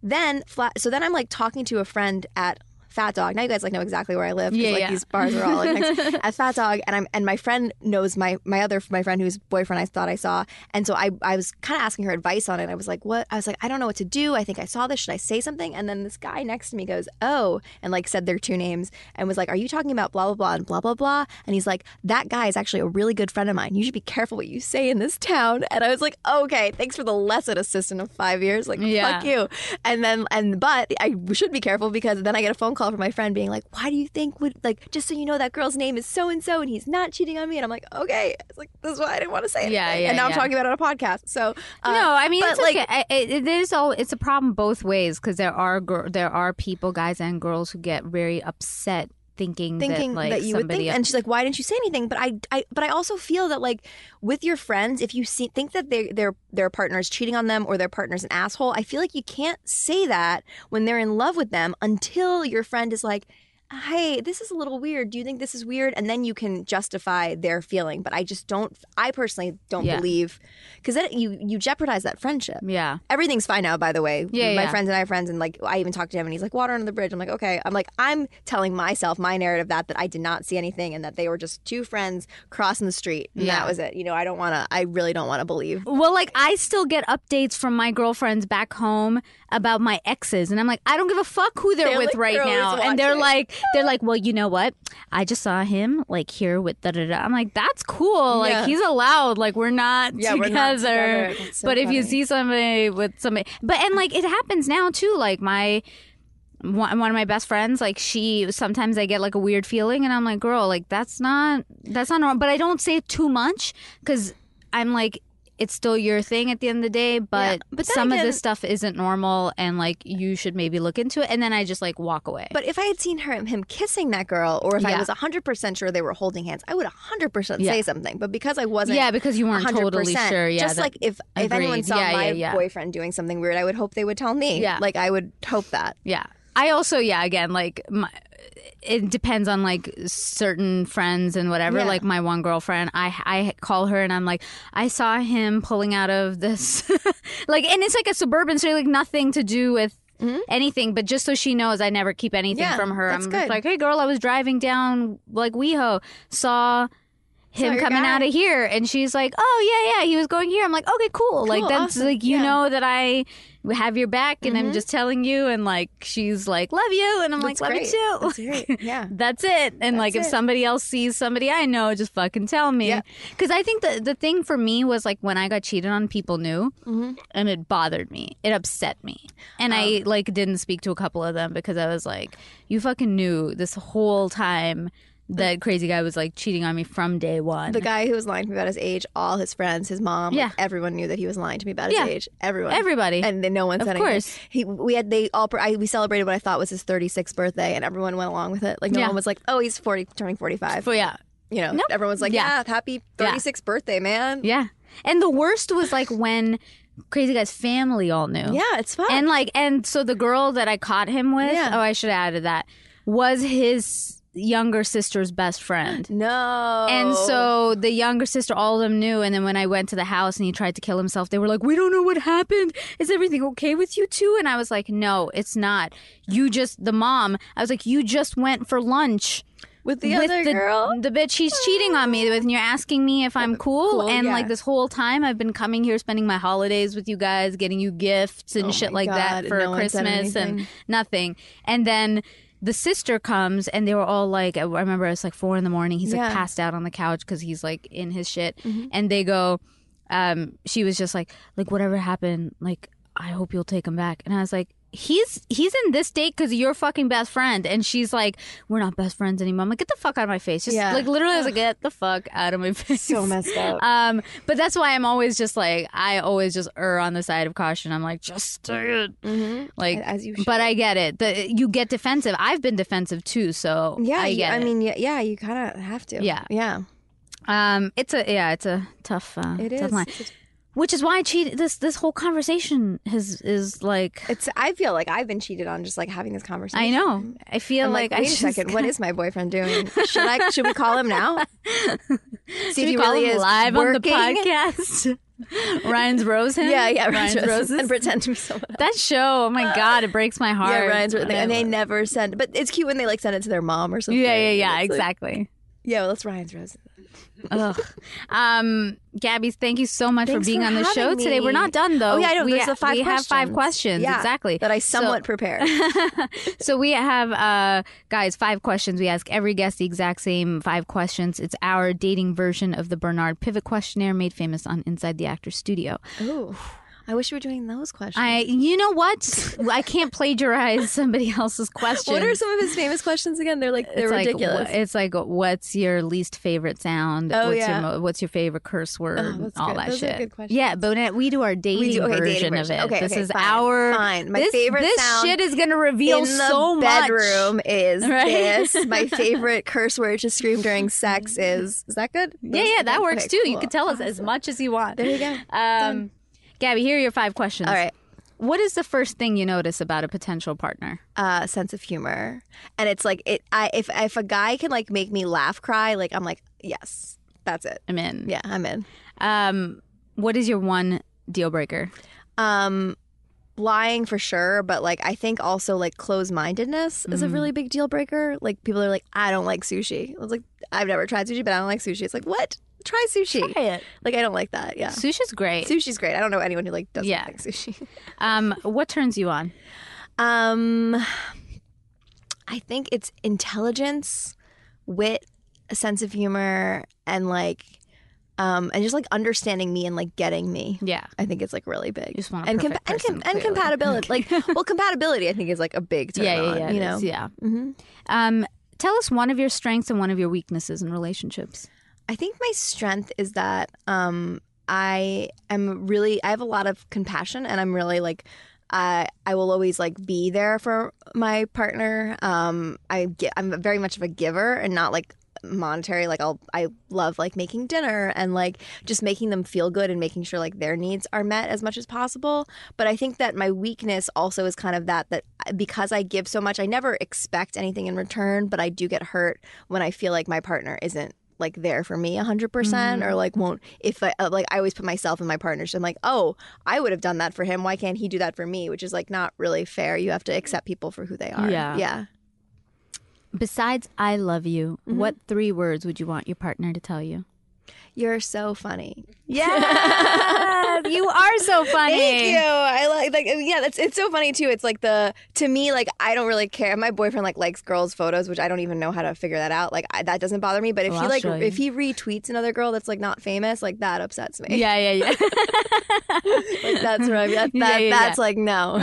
Then, flat, so then I'm like talking to a friend at Fat Dog. Now you guys like know exactly where I live because
Yeah,
like
yeah.
these bars are all like next, at Fat Dog, and I'm and my friend knows my my other my friend whose boyfriend I thought I saw, and so I I was kind of asking her advice on it. I was like, what? I was like, I don't know what to do. I think I saw this. Should I say something? And then this guy next to me goes, oh, and like said their two names and was like, are you talking about blah blah blah and blah blah blah? And he's like, that guy is actually a really good friend of mine. You should be careful what you say in this town. And I was like, okay, thanks for the lesson, assistant of five years. Like,
Yeah.
fuck you you. And then, and but I should be careful because then I get a phone call from my friend being like, "Why do you think would like just so you know that girl's name is so and so and he's not cheating on me?" And I'm like, "Okay, it's like this is why I didn't want to say anything."
Yeah, yeah,
and now I'm
yeah.
talking about it on a podcast. So uh,
no, I mean,
but,
it's like okay. I- it, it is all. It's a problem both ways because there are gir- there are people, guys and girls, who get very upset thinking
thinking
that
that,
like
you would
somebody
think.
else-
And she's like, "Why didn't you say anything?" But I, I, but I also feel that like with your friends, if you see, think that they, their their partner is cheating on them or their partner's an asshole, I feel like you can't say that when they're in love with them until your friend is like. Hey, this is a little weird. Do you think this is weird? And then you can justify their feeling. But I just don't. I personally don't
Yeah.
believe because then you you jeopardize that friendship.
yeah.
Everything's fine now, by the way.
Yeah,
my
yeah.
friends and I are friends, and like I even talked to him, and he's like, "Water under the bridge." I'm like, "Okay." I'm like, I'm telling myself my narrative that that I did not see anything, and that they were just two friends crossing the street, and
Yeah.
that was it. You know, I don't want to. I really don't want to believe.
Well, like I still get updates from my girlfriends back home about my exes, and I'm like, I don't give a fuck who they're,
They're
with
like,
right
they're always
now. And they're
watching.
like, they're like, well, you know what? I just saw him like here with da da da. I'm like, that's cool. Like
Yeah.
he's allowed. Like we're not,
Yeah,
together.
we're not together. That's so
But if you
funny.
see somebody with somebody, but and like it happens now too. Like my one one of my best friends like she sometimes i get like a weird feeling and i'm like girl like that's not that's not normal but i don't say it too much because i'm like it's still your thing at the end of the day but,
but then
some of
again-
this stuff isn't normal and like you should maybe look into it and then i just like walk away
But if I had seen her, him kissing that girl, or if I
Yeah.
was 100% sure they were holding hands, I would 100%
Yeah.
say something. But because I wasn't.
yeah because you weren't totally
100%,
sure yeah
Just
that-
like if, if anyone
Agreed.
saw
Yeah,
my
yeah, yeah.
boyfriend doing something weird, I would hope they would tell me.
Yeah.
Like I would hope that.
Yeah. I also, yeah, again, like my, it depends on like certain friends and whatever.
Yeah.
Like my one girlfriend, I I call her and I'm like, I saw him pulling out of this, like, and it's like a suburban, so like nothing to do with. Anything, but just so she knows, I never keep anything
Mm-hmm. Yeah,
from her. I'm
that's
just
good.
like, hey, girl, I was driving down like WeHo, saw him
your
coming
guy.
out of here, and she's like, oh yeah, yeah, he was going here. I'm like, okay, cool. Like
Cool,
that's
awesome.
like you
Yeah.
know that I have your back, and I'm just telling you. And like she's like, love you, and I'm
Mm-hmm. That's
like,
great.
love
That's
you too.
great. Yeah.
That's it. And like, if
it.
somebody else sees somebody I know, just fucking tell me.
Yeah.
Because I think the the thing for me was like when I got cheated on, people knew,
Mm-hmm.
and it bothered me. It upset me, and I
Um.
like didn't speak to a couple of them because I was like, you fucking knew this whole time that crazy guy was like cheating on me from day one.
The guy who was lying to me about his age, all his friends, his mom,
Yeah.
like, everyone knew that he was lying to me about his
Yeah.
age. Everyone,
Everybody.
and then no one said anything.
course.
He, we had they all. I, we celebrated what I thought was his 36th birthday, and everyone went along with it. Like no
Yeah.
one was like, "Oh, he's 40, turning 45."
but yeah,
You know,
Nope.
everyone's like,
Yeah.
"Yeah, happy 36th birthday, man."
yeah. And the worst was like when crazy guy's family all knew.
Yeah, it's fun.
and like and so the girl that i caught him with
Yeah.
oh i should have added that was his younger sister's best friend
no,
and so the younger sister all of them knew and then when i went to the house and he tried to kill himself they were like we don't know what happened is everything okay with you two and i was like no it's not you just the mom i was like you just went for lunch
with the
with
other
the,
girl, Uh,
the bitch she's cheating on me with, and you're asking me if I'm cool.
cool,
and
yeah.
like this whole time, I've been coming here, spending my holidays with you guys, getting you gifts and shit
Oh my
like that
God,
for
no one said
Christmas and
anything.
nothing. And then the sister comes, and they were all like, I remember it's like four in the morning. He's like
Yeah. Mm-hmm.
passed out on the couch because he's like in his shit, and they go. Um, she was just like, like whatever happened, like I hope you'll take him back. And I was like, he's he's in this state because you're fucking best friend. And she's like, we're not best friends anymore. I'm like, get the fuck out of my face. Just
Yeah.
like literally, I was like, get the fuck out of my face.
so messed up.
Um, but that's why I'm always just like, I always just err on the side of caution. I'm like, just say it,
Mhm.
like.
As you
But I get it. The, you get defensive. I've been defensive too, so
yeah,
I
you-
get
I
it.
mean, yeah, yeah, you kind of have to.
Yeah.
yeah,
um, it's a yeah, it's a tough, uh,
it
tough
is.
line.
It's-
Which is why I cheated. This this whole conversation has is like
It's. I feel like I've been cheated on just like having this conversation.
I know. I feel
I'm
like,
like,
I
wait a
just
second. What is my boyfriend doing? Should I? Should we call him now? See
Should we call him live on the podcast? Ryan's Rosen.
Yeah, yeah,
Ryan's, Rosen.
and pretend to be someone. Else.
That show. Oh my god, it breaks my heart.
Yeah, Ryan's Rosen,
And I
and they
love-
never send. But it's cute when they like send it to their mom or something.
Yeah, yeah, yeah.
It's like,
Exactly.
yeah, well, that's Ryan's Rosen.
Ugh. Um, Gabby, thank you so much for
Thanks
being
for
on the
having
show today. We're
me.
not done though.
Oh yeah, I know.
We,
There's the five.
we
questions.
have five questions.
Yeah,
exactly.
That I
So-
somewhat prepared.
so we have uh guys five questions we ask every guest the exact same five questions it's our dating version of the bernard pivot questionnaire made famous on inside the actors studio
Ooh, I wish we were doing those questions.
i you know what i can't plagiarize somebody else's question
what are some of his famous questions again? They're like they're
it's like,
ridiculous.
wh- it's like, what's your least favorite sound?
Oh,
what's
yeah. Oh,
Your mo- what's your favorite curse word?
that's
all
good.
that
Those are
shit.
good questions.
Yeah, but when we do our dating,
do- okay,
version,
dating
of
version.
it.
Okay,
this
okay,
is
fine,
our
fine. My
this,
favorite
This
sound
shit is gonna reveal
in the
so much.
bedroom is
Right?
this. My favorite curse word to scream during sex is is that good?
Yeah, yeah, that
Okay,
works too. You
cool.
can tell us as much as you want.
There you go.
Um, Gabby, here are your five questions.
All right.
What is the first thing you notice about a potential partner?
Uh, sense of humor, and it's like it. I if if a guy can like make me laugh, cry, like I'm like yes, that's it.
I'm in.
Yeah, I'm in.
Um, what is your one deal breaker?
Um, lying for sure, but like I think also like closed mindedness
Mm.
is a really big deal breaker. Like people are like I don't like sushi. I was like I've never tried sushi, but I don't like sushi. It's like what? Try sushi.
it.
Like I don't like that. Yeah.
Sushi's great.
Sushi's uh, great. I don't know anyone who like doesn't
Yeah.
like sushi.
Um, what turns you on?
Um, I think it's intelligence, wit, a sense of humor, and like um, and just like understanding me and like getting me.
Yeah.
I think it's like really big.
just want a
and,
perfect
and,
person,
and
clearly.
compatibility, like well, compatibility. I think is like a big turn
yeah, yeah,
on,
yeah.
You
it
know, Mm-hmm.
is. yeah. Um, tell us one of your strengths and one of your weaknesses in relationships.
I think my strength is that um, I am really I have a lot of compassion and I'm really like I I will always like be there for my partner. Um, I gi- I'm very much of a giver and not like monetary like I'll I love like making dinner and like just making them feel good and making sure like their needs are met as much as possible but I think that my weakness also is kind of that that because I give so much I never expect anything in return but I do get hurt when I feel like my partner isn't like there for me 100% percent
Mm-hmm.
or like won't if I uh, like I always put myself in my partner's shoes. I'm like oh I would have done that for him why can't he do that for me which is like not really fair you have to accept people for who they are
Yeah.
yeah
Besides, I love you.
Mm-hmm.
What three words would you want your partner to tell you?
you're so funny Uh,
Yeah, you are so funny.
Thank you. I like like yeah. That's it's so funny too. It's like the to me like I don't really care. My boyfriend like likes girls' photos, which I don't even know how to figure that out. Like I, that doesn't bother me. But if
Well,
he
I'll
like
show you.
if he retweets another girl that's like not famous, like that upsets me.
Yeah, yeah, yeah.
like, that's where I'm. That,
Yeah,
that-
yeah,
that's
yeah.
like no.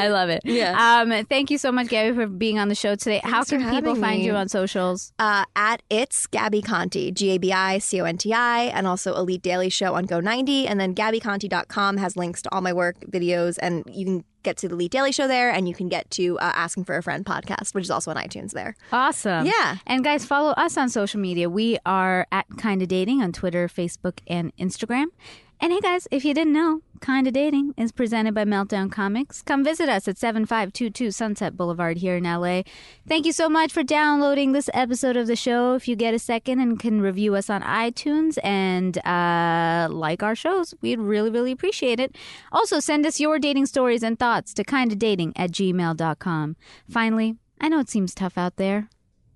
I love it.
Yeah.
Um, thank you so much, Gabby, for being on the show today. How
Thanks for
can people
having
find
me.
you on socials?
uh, at it's Gabby Conti, G A B I C O N T I, and also Elite Daily Show on Go90. And then GabbyConti.com has links to all my work, videos, and you can get to the Elite Daily Show there, and you can get to uh, Asking for a Friend podcast, which is also on iTunes there.
Awesome.
Yeah.
And guys, follow us on social media. We are at Kinda Dating on Twitter, Facebook, and Instagram. And hey, guys, if you didn't know, Kinda Dating is presented by Meltdown Comics. Come visit us at 7522 Sunset Boulevard here in LA. Thank you so much for downloading this episode of the show. If you get a second and can review us on iTunes and uh, like our shows, we'd really, really appreciate it. Also, send us your dating stories and thoughts to kindadating at gmail.com. Finally, I know it seems tough out there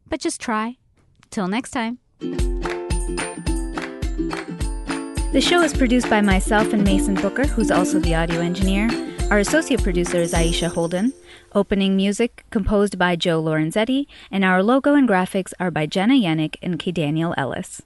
but just try. Till next time. The show is produced by myself and Mason Booker, who's also the audio engineer. Our associate producer is Aisha Holden. Opening music composed by Joe Lorenzetti, and our logo and graphics are by Jenna Yannick and K. Daniel Ellis.